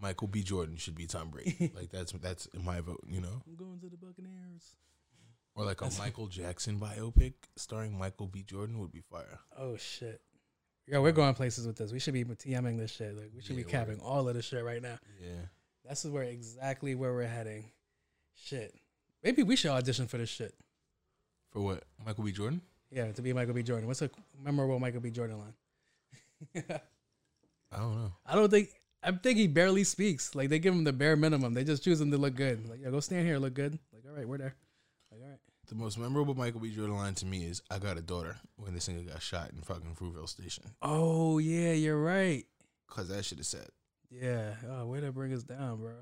D: Michael B. Jordan should be Tom Brady. like that's that's my vote, you know.
E: I'm going to the Buccaneers.
D: Or like a Michael Jackson biopic starring Michael B. Jordan would be fire.
E: Oh shit! Yo, we're going places with this. We should be TMing this shit. Like we should
D: Yeah,
E: be
D: we're-
E: capping all of this shit right now.
D: Yeah.
E: This is where exactly where we're heading. Shit. Maybe we should audition for this shit.
D: For what? Michael B. Jordan?
E: Yeah, to be Michael B. Jordan. What's a memorable Michael B. Jordan line?
D: I don't know.
E: I don't think I think he barely speaks. Like they give him the bare minimum. They just choose him to look good. Like, yo, go stand here, look good. Like, all right, we're there. Like, all right.
D: The most memorable Michael B. Jordan line to me is "I got a daughter" when this nigga got shot in fucking Fruitvale Station.
E: Oh yeah, you're right.
D: Cause that shit is sad.
E: Yeah. Oh, way to bring us down, bro.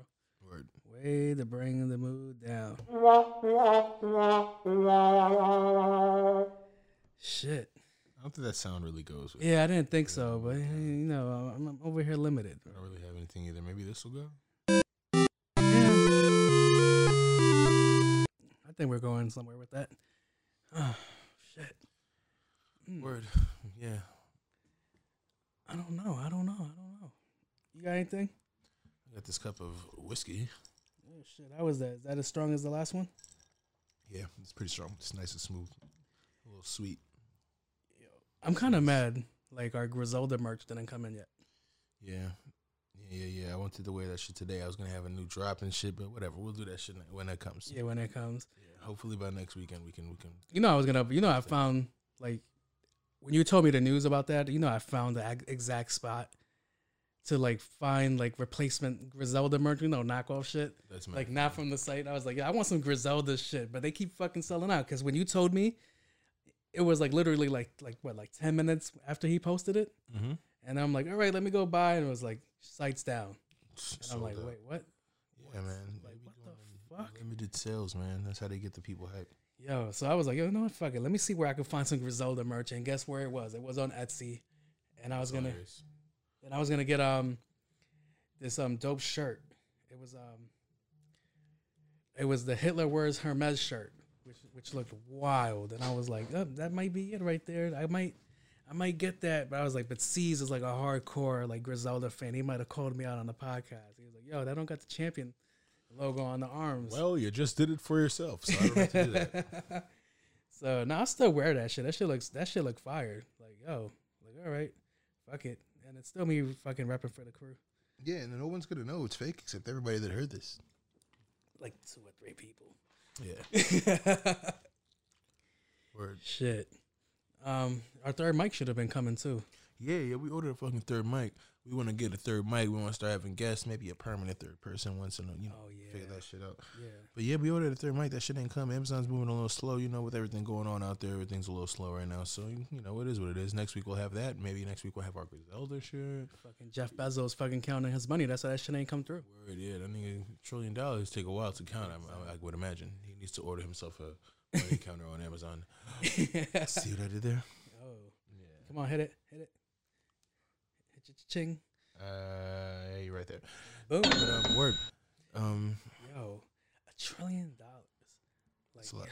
D: Word.
E: Way to bring the mood down. Shit.
D: I don't think that sound really goes with.
E: Yeah, I didn't think so, but hey, you know, I'm, I'm over here limited.
D: I don't really have anything either. Maybe this will go.
E: I think we're going somewhere with that. Oh, shit.
D: Word. Yeah.
E: I don't know. I don't know. I don't know. You got anything?
D: I got this cup of whiskey.
E: Oh shit, how was that? Is that as strong as the last one?
D: Yeah, it's pretty strong. It's nice and smooth. A little sweet.
E: I'm kind of mad. Like our Griselda merch didn't come in yet.
D: Yeah. Yeah, yeah, yeah. I wanted to wear that shit today. I was gonna have a new drop and shit, but whatever. We'll do that shit ne- when it comes.
E: Yeah, when it comes.
D: Hopefully by next weekend we can we can.
E: You know, I was gonna. You know, I found like when you told me the news about that. You know, I found the ag- exact spot to like find like replacement Griselda merch. You know, knockoff shit.
D: That's
E: like not from the site. I was like, yeah, I want some Griselda shit, but they keep fucking selling out. Because when you told me, it was like literally like like what like ten minutes after he posted it,
D: Mhm.
E: and I'm like, all right, let me go buy, and it was like sites down, and I'm like, wait, what?
D: yeah, man.
E: Like what the fuck?
D: Fuck. Limited sales, man. That's how they get the people hype.
E: Yo, so I was like, yo, no, fuck it. Let me see where I could find some Griselda merch, and guess where it was? It was on Etsy, and I was gonna
D: Hilarious.
E: and I was gonna get um this um dope shirt. It was um it was the Hitler wears Hermes shirt, which which looked wild, and I was like, oh, that might be it right there. I might I might get that, but I was like, but C's is like a hardcore like Griselda fan. He might have called me out on the podcast. He was like, yo, that don't got the champion logo on the arms.
D: Well, you just did it for yourself, so I don't have to do that.
E: So no, I still wear that shit. That shit looks that shit look fire. Like yo, like all right, fuck it, and it's still me fucking rapping for the crew.
A: Yeah, and no one's gonna know it's fake except everybody that heard this.
E: Like two or three people.
D: Yeah. Word.
E: Shit. Um, our third mic should have been coming too.
D: Yeah, yeah. We ordered a fucking third mic. We want to get a third mic. We want to start having guests, maybe a permanent third person once in a you know
E: Oh yeah,
A: Figure that shit out.
E: yeah.
D: But yeah, we ordered a third mic. That shit ain't come. Amazon's moving a little slow, you know, with everything going on out there. Everything's a little slow right now. So you know, it is what it is. Next week we'll have that. Maybe next week we'll have our Griselda shirt.
E: Fucking Jeff Bezos fucking counting his money. That's why that shit ain't come through.
D: Word, yeah, that nigga trillion dollars take a while to count. I, I, I would imagine he needs to order himself a money counter on Amazon. See what I did there?
E: Oh, come on, hit it, hit it, hit it, ching,
D: Uh, yeah, you're right there.
E: boom.
D: But um, word, um,
E: Yo, a trillion dollars.
D: it's a
E: Like,
D: lot.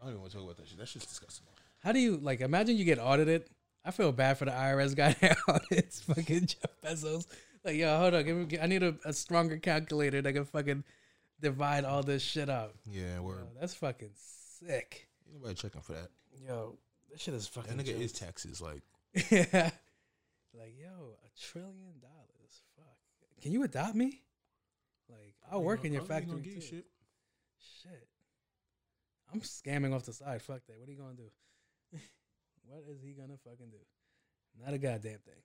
D: I don't even want to talk about that shit. That shit's disgusting.
E: how do you like? Imagine you get audited. I feel bad for the IRS guy that audits fucking Jeff Bezos. Like, yo, hold on, give me, I need a, a stronger calculator that can fucking divide all this shit up.
D: Yeah, word.
E: Yo, that's fucking sick.
D: Ain't Nobody Uh, checking for that.
E: Yo, this shit is fucking.
D: That nigga
E: jokes.
D: is taxes. Like,
E: yeah. Like, yo, a trillion dollars. Fuck. Can you adopt me? Like, I'll work in your
D: Probably gonna
E: factory.
D: get
E: Too.
D: you
E: Shit. I'm scamming off the side. Fuck that. What are you going to do? what is he going to fucking do? Not a goddamn thing.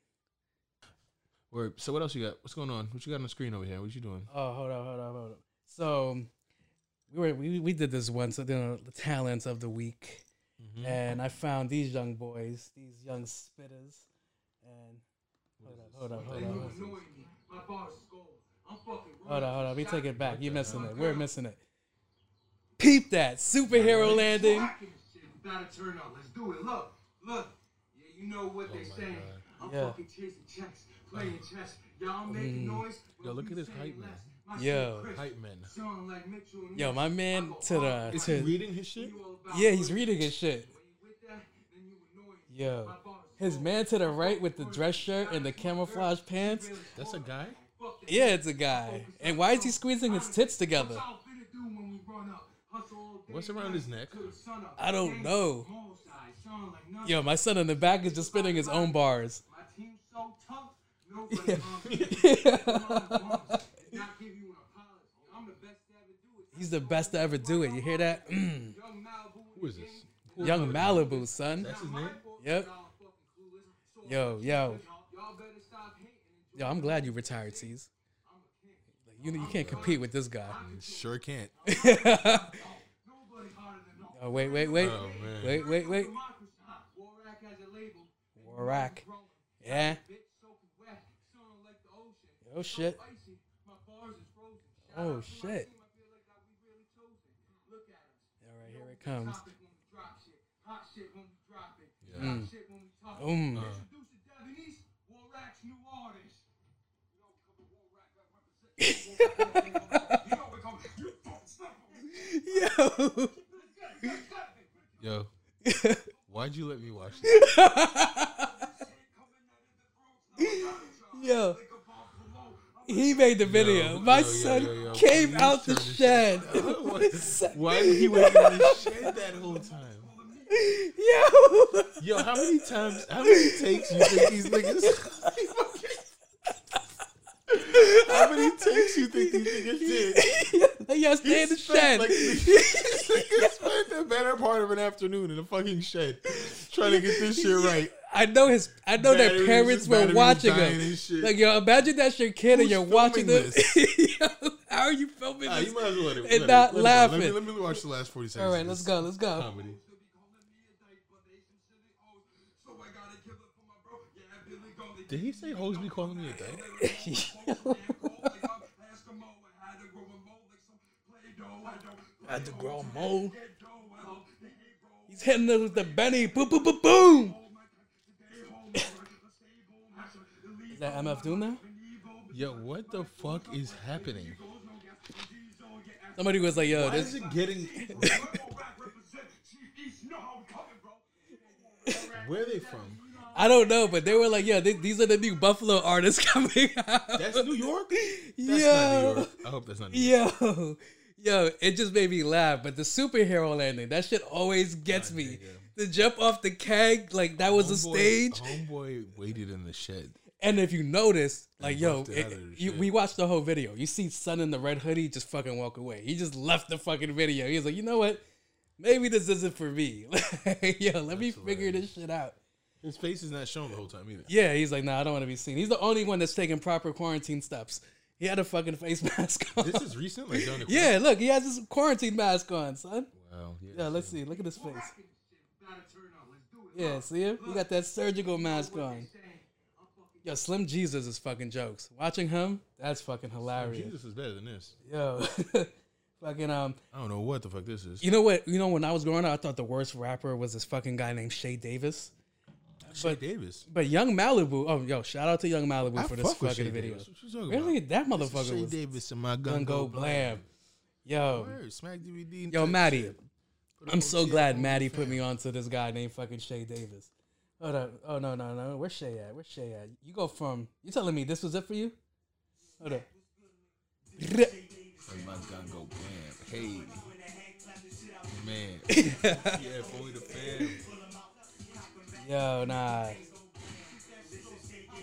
D: Word. So what else you got? What's going on? What you got on the screen over here? What you doing?
E: Oh, hold on, hold on, hold on. So, we were we, we did this once, you know, the talents of the week.
D: Mm-hmm.
E: And I found these young boys, these young spitters. And hold on, hold on, hold on. Hold on.
D: Uh,
E: Hold on, hold on. We take it back. You're missing it. We're missing it. Peep that superhero landing.
C: Without a turn on, let's do it. Look, look. Yeah, you know what
D: Oh
C: they saying. I'm
E: Yeah. Mm.
C: fucking chasing checks, playing chess. Y'all making noise. but
D: Yo, look
C: we
D: at this
C: saying
D: hype man.
C: less. My
E: Yo.
C: shit crisp.
D: Hype man.
C: Song like Mitchell and
E: Yo,
C: Ness.
E: my man
C: I go
E: to
C: hard.
E: the
D: Is he
E: to
D: reading his shit?
C: You all about
E: yeah, he's
C: wood.
E: reading his shit.
C: When you with that, then you annoying.
E: Yo,
C: My bar is
E: his
C: full.
E: man to the right with the dress shirt and the camouflage pants.
D: That's a guy.
C: Fuck that.
E: Yeah, it's a guy. And why is he squeezing his tits together?
C: What y'all finna do when we run up? Hustle all day,
D: What's around his neck?
C: till the sun up.
E: I don't
C: Gang,
E: know.
C: small size, sound like none.
E: Yo, my son in the back is just spinning his own bars.
C: My team's so tough, nobody yeah. not give you an apology. I'm the best to ever do it.
E: He's the best to ever do it. You hear that? Mm.
C: Young Malibu
D: Who is this?
E: Young Malibu, son.
D: That's his name.
E: Yep.
C: y'all fucking clueless. So
E: Yo, yo,
C: y'all better stop hating. and
E: yo. I'm glad you retired, Tease. Like, you you can't compete with this guy.
D: Sure can't.
C: Nobody harder than us.
E: Oh wait, wait, wait,
D: Oh man.
E: wait, wait, wait.
C: Democracy. Warrack has a label. and
E: Warrack.
C: you know it's wrong.
E: Yeah.
C: Bitch soaking wet. Sound like the ocean.
E: Oh shit.
C: So icy, my bars is frozen. Shout
E: Oh
C: out to my
E: shit.
C: team, I feel like I- we really chosen. Look at us.
E: All right, here it comes.
C: Topic when we drop shit. Hot shit when we drop it.
D: Yeah.
C: Hot shit when we talk it.
E: Mm.
C: Introducing Devin East, Warrack's new artist. You know, become a Warrack rep- representative. Warrack, you know, become- you don't stop me.
D: Uh.
E: Yo,
D: Yo. Why'd you let me watch this?
E: yo. He made the video.
D: Yo,
E: My
D: yo, yo,
E: son
D: yo, yo.
E: came
D: Please
E: out the
D: turn this
E: shed.
D: Why did he wait in the shed that whole time?
E: Yo,
D: Yo, how many times, how many takes you think these niggas? how many takes you think these niggas did?
E: like, yo, stay in the shed.
D: Spent, Like, spent the better part of an afternoon in a fucking shed trying to get this shit right.
E: I know his. I know that
D: Batteries,
E: parents were
D: batteries
E: watching
D: dying
E: him.
D: and shit.
E: Like yo, imagine that's your kid and
D: Who's
E: you're watching
D: filming
E: this. Yo, how are you filming
D: Ah,
E: this?
D: you might as well let it.
E: And
D: let it- let it
E: not
D: go. Let me,
E: laughing.
D: let me watch the last forty seconds.
E: All right,
D: of
E: let's
D: this
E: go. Let's go.
D: Comedy. Did he say hoes be calling me a dyke?
E: I had to grow a mole. He's hitting us with the Benny. Boom, boom, boom, boom. Is that MF Doom now?
D: Yo, what the fuck is happening?
E: Somebody was like, yo,
D: Why is
E: this.
D: it getting? Where are they from?
E: I don't know, but they were like, yo, th- these are the new Buffalo artists coming out.
D: That's New York. That's
E: Yo.
D: not New York. I hope that's not New York.
E: Yo, yo, it just made me laugh. But the superhero landing, that shit always gets me. The jump off the keg, like that was a
D: Homeboy- oh.
E: stage.
D: Homeboy waited in the shed.
E: And if you notice, like, yo,
D: left it out
E: it-
D: of the
E: you,
D: shit.
E: we watched the whole video. You see Son in the red hoodie just fucking walk away. He just left the fucking video. He was like, you know what? Maybe this isn't for me. Like, yo, let me figure this shit out.
D: His face is not shown the whole time either.
E: Yeah, he's like, nah, I don't want to be seen. He's the only one that's taking proper quarantine steps. He had a fucking face mask on.
D: This is recent, like during the
E: yeah, look, he has his quarantine mask on, son.
D: Wow, yeah.
E: Yeah, let's see. Look at his face. Yeah, see him? He got that surgical mask on. Yo, Slim Jesus is fucking jokes. Watching him, that's fucking hilarious.
D: Jesus is better than this.
E: Yo, fucking um,
D: I don't know what the fuck this is.
E: you know what? You know when I was growing up, I thought the worst rapper was this fucking guy named Shay Davis.
D: Shay Davis.
E: But Young Malibu, oh yo, shout out to Young Malibu
D: I
E: for this
D: fuck with
E: fucking
D: Shay
E: video.
D: Davis. What you talking
E: Really,
D: about?
E: that
D: This is
E: motherfucker
D: Shay
E: was
D: Davis and my gun
E: gun go
D: go
E: blam. Yo,
D: Word, Smack DVD.
E: yo,
D: type
E: Maddie,
D: shit.
E: I'm so glad Maddie put me on to this guy named fucking Shay Davis. Oh no, oh no, no, no. Where's Shay at? Where's Shay at? You go from you telling me this was it for you? Hold up.
D: And my gun go blam. Hey. Man. yeah, if only the fam.
E: Yo, nah.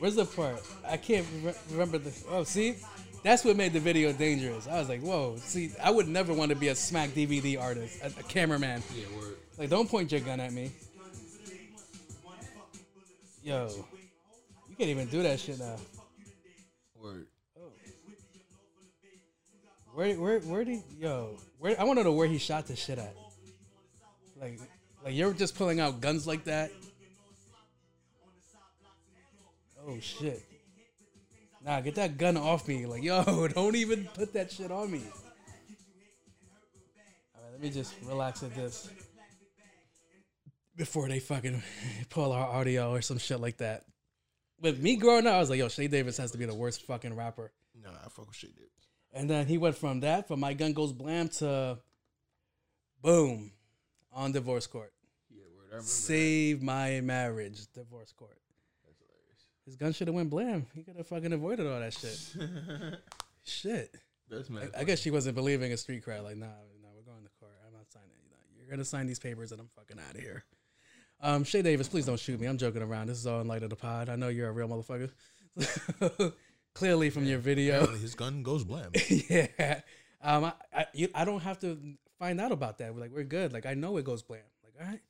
E: Where's the part? I can't re- remember the. Oh, see, that's what made the video dangerous. I was like, whoa. See, I would never want to be a smack DVD artist, a, a cameraman.
D: Yeah, word.
E: Like, don't point your gun at me. Yo, you can't even do that shit now. Oh.
D: Word.
E: Where where where did yo? Where I want to know where he shot this shit at. Like like you're just pulling out guns like that. Oh shit. Nah, get that gun off me. Like yo, don't even put that shit on me. All right, let me just relax at this before they fucking pull our audio or some shit like that. With me growing up, I was like, yo, Shay Davis has to be the worst fucking rapper.
D: Nah, I fuck with Shay Davis.
E: And then he went from that, from My Gun Goes Blam to Boom on Divorce Court. Save my marriage, divorce court. His gun should have went blam. He could have fucking avoided all that shit. shit.
D: That's mad.
E: I guess she wasn't believing a street crowd. Like, nah, nah, we're going to court. I'm not signing. it. Nah, You're gonna sign these papers, and I'm fucking out of here. Um, Shay Davis, please don't shoot me. I'm joking around. This is all in light of the pod. I know you're a real motherfucker. Clearly from your video
D: Apparently his gun goes blam.
E: yeah. Um, I, I, you, I don't have to find out about that. We're like, we're good. Like, I know it goes blam. Like, all right.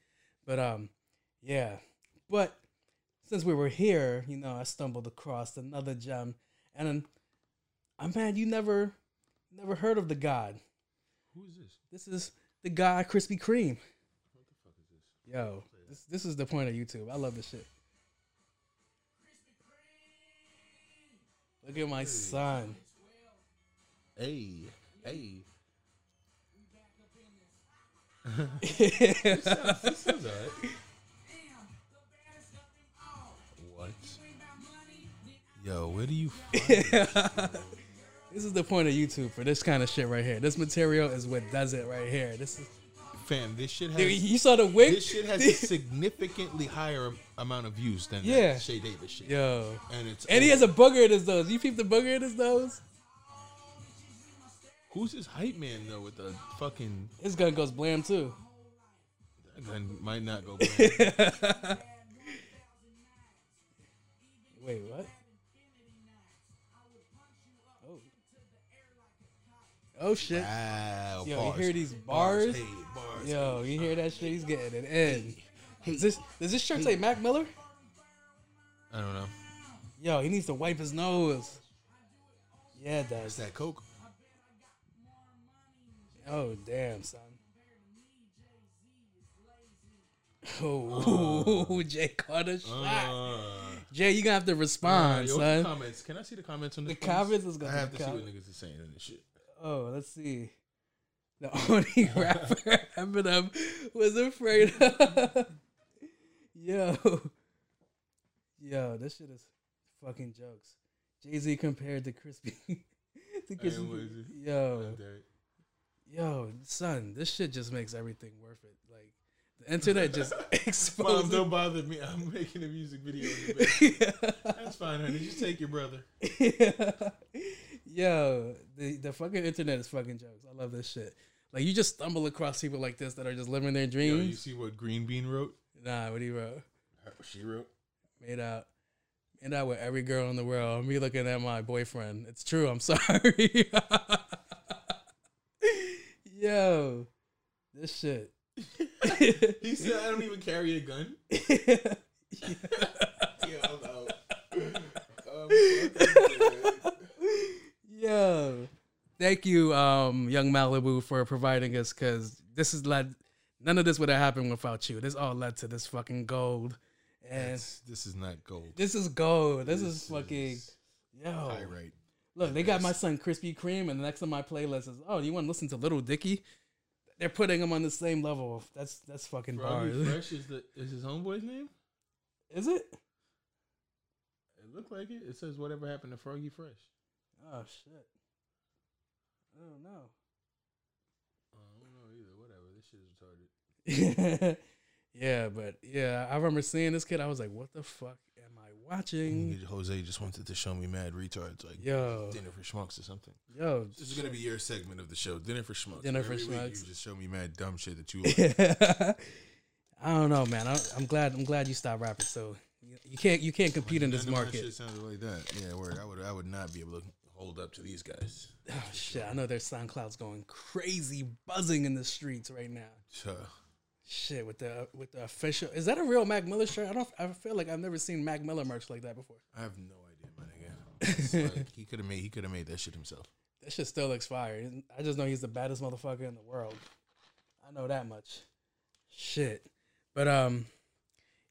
E: But, um, yeah. But since we were here, you know, I stumbled across another gem. And I'm, I'm mad you never, never heard of the God.
D: Who is this?
E: This is the guy Krispy Kreme. Yo, this, this is the point of YouTube. I love this shit. Look at my son.
D: Hey. Hey. Sounds alright. What? Yo, where do you find this?
E: This is the point of YouTube for this kind of shit right here. This material is what does it right here. This is
D: Fam, this shit has
E: dude, you saw the wig.
D: this shit has a significantly higher am- amount of views than
E: Yeah.
D: that Shay Davis shit.
E: yo,
D: And it's
E: and he has
D: over.
E: a booger in his nose. You peep the booger in his nose.
D: Who's his hype man though with the fucking
E: His gun goes blam too.
D: then might not go bad.
E: Wait, what? Oh. Oh shit.
D: Wow,
E: Yo,
D: bars.
E: you hear these bars?
D: Hey, bars.
E: Yo, you hear that shit? He's getting it in. Does this, does this shirt say Mac Miller?
D: I don't know.
E: Yo, he needs to wipe his nose. Yeah, it
D: Is
E: does.
D: that Coke?
E: Oh, damn, son. Oh, Jay caught a shot.
D: Uh,
E: Jay, you gonna have to respond,
D: yo,
E: son.
D: comments. Can I see the comments on
E: The
D: this? please?
E: comments is
D: I
E: gonna
D: have
E: be
D: to see
E: com-
D: what niggas are saying in this shit.
E: Oh, let's see. The only rapper Eminem was afraid of. Yo. Yo, this shit is fucking jokes. Jay Z compared to Crispy. to Crispy.
D: what is it?
E: Yo. Yo, son, this shit just makes everything worth it. Like, the internet just
D: Mom,
E: exposed.
D: don't bother me. I'm making a music video. in the back. That's fine, honey. Just take your brother.
E: Yo, the, the fucking internet is fucking jokes. I love this shit. Like you just stumble across people like this that are just living their
D: Yo, you
E: dreams.
D: see what Green Bean wrote?
E: nah, what he wrote?
D: Her- She wrote.
E: Made out. Made out with every girl in the world. Me looking at my boyfriend. It's true, I'm sorry. Yo. This shit.
D: He said, "I don't even carry a gun." Yeah, I'm out. Um,
E: Yo. Thank you, um, young Malibu, for providing us because this is led none of this would have happened without you. This all led to this fucking gold. And
D: That's- this is not gold.
E: this is gold. This, is fucking yo.
D: All right.
E: Look, they got my son Krispy Kreme, and the next on my playlist is oh, you want to listen to Little Dicky? They're putting him on the same level. of- That's that's fucking
D: Robbie
E: bars.
D: Fresh is the is his homeboy's name.
E: Is it?
D: It looked like it. It says whatever happened to Froggy Fresh.
E: Oh shit. I don't know.
D: Uh, I don't know either. Whatever. This shit is retarded.
E: yeah, but yeah, I remember seeing this kid. I was like, "What the fuck am I watching?"
D: Jose just wanted to show me mad retards like
E: Yo,
D: dinner for schmucks or something.
E: yo,
D: This is gonna be your segment of the show, dinner for schmucks.
E: Dinner for
D: Every week
E: schmucks.
D: You just show me mad dumb shit that you like.
E: I don't know, man. I, I'm glad. I'm glad you stopped rapping. So you, you can't you can't compete in
D: None
E: this
D: of my
E: market.
D: Shit sounded like that. Yeah, word. I would. I would not be able to hold up to these guys.
E: Oh shit! I know there's SoundCloud's going crazy, buzzing in the streets right now.
D: So,
E: Shit with the with the official. Is that a real Mac Miller shirt? I don't. I feel like I've never seen Mac Miller merch like that before.
D: I have no idea, my nigga. It's like, he could have made. He could have made that shit himself.
E: That shit still looks fire. I just know he's the baddest motherfucker in the world. I know that much. Shit. But um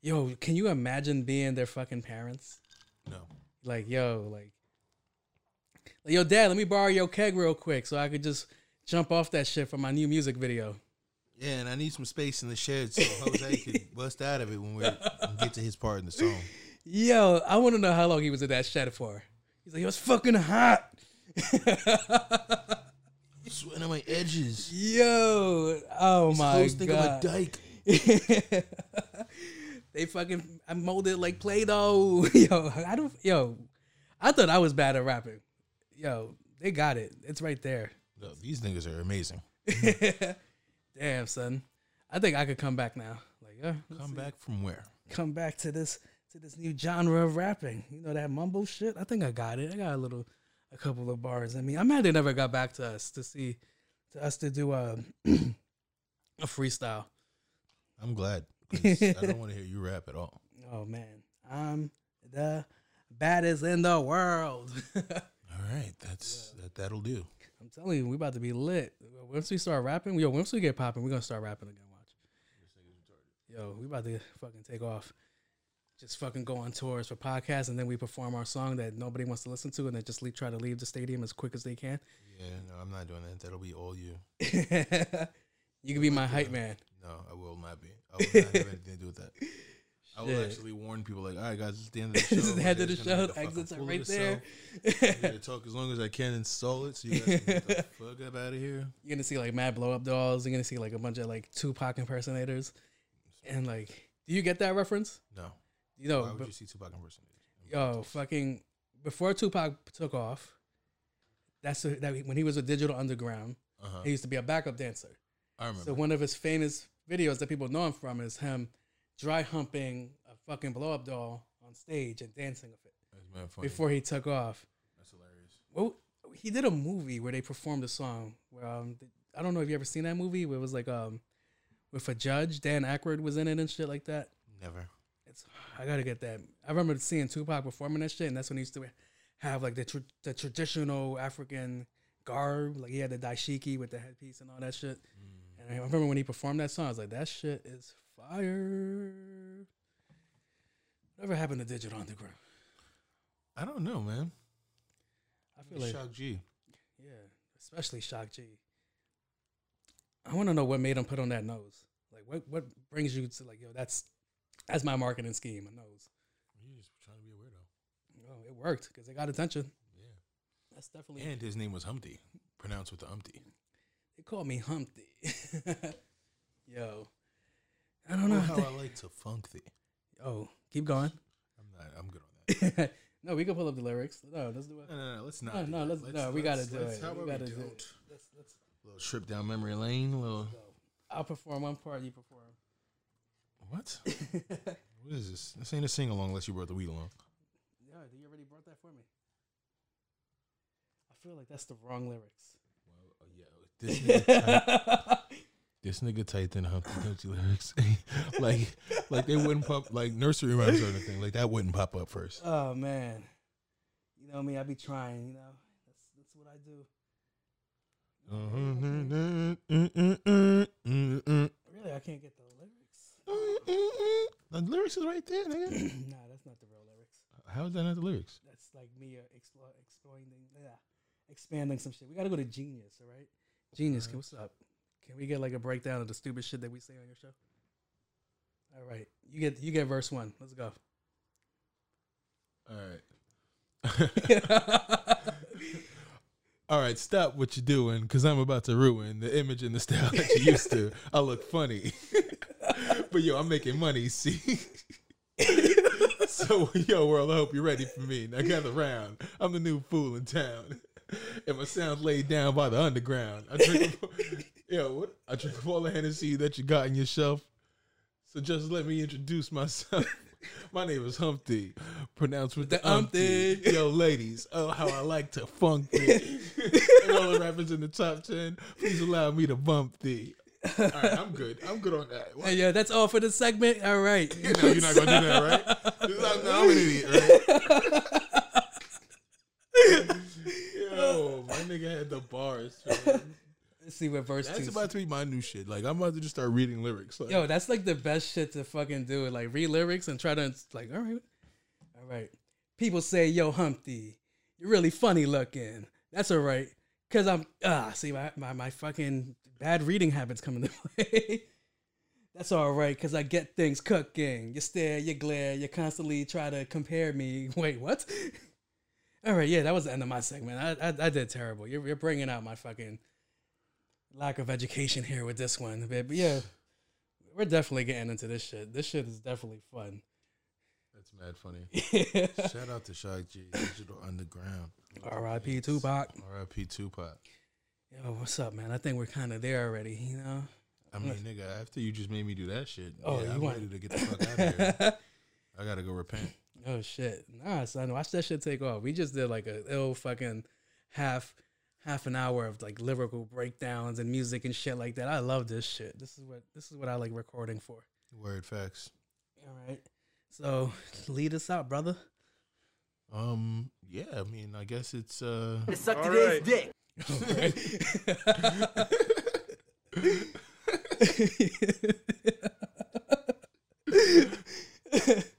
E: yo, can you imagine being their fucking parents?
D: No.
E: Like, yo, like like, yo, dad, let me borrow your keg real quick so I could just jump off that shit for my new music video.
D: Yeah, and I need some space in the shed so Jose can bust out of it when we get to his part in the song.
E: Yo, I wanna know how long he was in that shed for. He's like, yo, it's fucking hot.
D: Sweating on my edges.
E: Yo, oh my god.
D: dike.
E: they fucking I molded like Play-Doh. Yo, I don't yo. I thought I was bad at rapping. Yo, they got it. It's right there.
D: No, these niggas are amazing.
E: Damn, son. I think I could come back now. Like, yeah, let's
D: Come back from where?
E: come back to this to this new genre of rapping. You know that mumble shit? I think I got it. I got a little a couple of bars. I mean, I'm mad they never got back to us to see to us to do a a freestyle.
D: I'm glad. 'cause I don't want to hear you rap at all.
E: Oh man, I'm the baddest in the world. I'm
D: All right, that's that. That'll do.
E: telling you, we about to be lit. Once we start rapping, yo, once we get popping, we're gonna start rapping again. Watch. Yo, we about to fucking take off. Just fucking go on tours for podcasts, and then we perform our song that nobody wants to listen to, and then just leave, try to leave the stadium as quick as they can.
D: Yeah, no, I'm not doing that. That'll be all you.
E: you can be my hype man.
D: No, I will not be. I will not have anything to do with that. I will actually warn people like, all right, guys, this is the end of the show.
E: This is the end of the
D: It's gonna be
E: show.
D: the fucking
E: Exits are
D: fool of
E: right there.
D: itself. I'm gonna talk as long as I can and stall it, so you guys can get the fuck up out of here.
E: You're gonna see like mad blow up dolls. You're gonna see like a bunch of like Tupac impersonators, and like, do you get that reference?
D: No,
E: You know,
D: why would
E: but-
D: you see Tupac in person?
E: yo, fucking before Tupac took off, that's the that when he was with Digital Underground,
D: Uh huh.
E: he used to be a backup dancer.
D: I remember.
E: So one of his famous videos that people know him from is him dry humping a fucking blow up doll on stage and dancing with it
D: That's mad funny.
E: before he took off.
D: That's hilarious.
E: Well, he did a movie where they performed a song. Where um, th- I don't know if you ever seen that movie. Where it was like um, with a judge, Dan Aykroyd was in it and shit like that.
D: Never.
E: It's I gotta get that. I remember seeing Tupac performing that shit, and that's when he used to have like the tr- the traditional African garb. Like he had the dashiki with the headpiece and all that shit. And I remember when he performed that song, I was like, that shit is fire. Whatever happened to Digital Underground?
D: I don't know, man.
E: I feel like
D: Shock G.
E: Yeah, especially Shock G. I want to know what made him put on that nose. Like, what what brings you to like, yo, that's that's my marketing scheme, a nose.
D: He's just trying to be a weirdo.
E: Oh, it worked because it got attention.
D: Yeah.
E: That's definitely.
D: And his name was Humpty, pronounced with the Umpty.
E: They called me Humpty. yo, I don't know.
D: Oh,
E: if
D: how
E: they-
D: I like to funk thee.
E: oh, keep going.
D: I'm not. I'm good on that.
E: no, we can pull up the lyrics. No, let's do it.
D: No, no, no. Let's not.
E: No,
D: do
E: no,
D: that.
E: let's- no, we gotta do it.
D: How
E: We
D: about
E: gotta
D: we
E: do
D: don't?
E: it.
D: Little trip down memory lane. Little
E: I'll perform one part. You perform.
D: what? what is this? This ain't a sing along unless you brought the weed along.
E: Yeah, you already brought that for me. I feel like that's the wrong lyrics.
D: uh, This nigga, tight, this nigga tight than Humpty Dumpty lyrics. like, like they wouldn't pop like nursery rhymes or anything. Like that wouldn't pop up first.
E: Oh man, you know me. I be trying. You know, that's that's what I do.
D: Mm-hmm. The
E: Really, I can't get the lyrics.
D: lyrics is right there, nigga.
E: nah, that's not the real lyrics.
D: How is that not the lyrics?
E: That's like me uh, explo- exploiting, yeah, expanding some shit. We gotta go to Genius, all right?
D: Mm-hmm.
E: Genius, can, what's up? Can we get like a breakdown of the stupid shit that we say on your show? All right, you get you get verse one. Let's go.
D: All right. All right, stop what you're doing because I'm about to ruin the image and the style that you used to. I look funny. but yo, I'm making money, see? so, yo, world, I hope you're ready for me. Now gather round. I'm the new fool in town. And my sound's laid down by the underground. I drink, yo, what? I drink up all the Hennessy that you got in your shelf. So just let me introduce myself. My name is Humpty, pronounced with the, umpty. Yo, ladies, oh how I like to funk thee. and all the rappers in the top ten, please allow me to bump thee. All right, I'm good. I'm good on that. Why-
E: Hey, yeah, that's all for this segment. All right.
D: You know, you're not gonna do that, right? 'Cause I'm, I'm an idiot, right? Yo, my nigga had the bars. man.
E: Let's see what verse
D: That's
E: two.
D: about to be my new shit. Like I'm about to just start reading lyrics. Like,
E: Yo, that's like the best shit to fucking do. Like read lyrics and try to like, all right, all right. People say, "Yo, Humpty, you're really funny looking." That's all right, cause I'm ah. See, my my, my fucking bad reading habits coming to play. that's all right, cause I get things cooking. You stare, you glare, you constantly try to compare me. Wait, what? All right, yeah, that was the end of my segment. I I, I did terrible. You're you're bringing out my fucking lack of education here with this one, but but yeah we're definitely getting into this shit. This shit is definitely fun.
D: that's mad funny. Shout out to Shock G, Digital Underground,
E: R.I.P. Tupac.
D: R.I.P. Tupac.
E: Yo, what's up, man? I think we're kind of there already, you know?
D: I mean, nigga, after you just made me do that shit,
E: Oh,
D: yeah,
E: you
D: I'm
E: want-
D: ready to get the fuck out of here. I gotta go repent.
E: Oh, shit. Nah, son, watch that shit take off. We just did like a ill fucking half half an hour of like lyrical breakdowns and music and shit like that. I love this shit. This is what this is what I like recording for.
D: Word facts.
E: All right. So, lead us out, brother.
D: Um, yeah, I mean, I guess it's uh
H: Suck today's dick.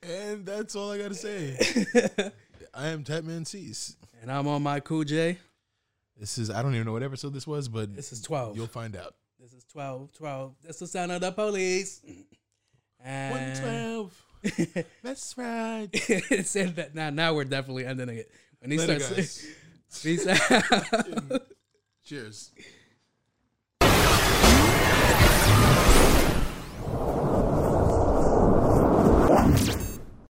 D: and that's all I gotta say. I am Tatman Cease.
E: and I'm on my Cool J.
D: This is I don't even know what episode this was, but
E: This is 12.
D: you'll find out.
E: This is 12, 12. That's the sound of the police.
D: One
E: And
D: twelve. That's right.
E: it said that now, now we're definitely ending it. When he
D: Later,
E: starts,
D: guys.
E: peace out.
D: Cheers.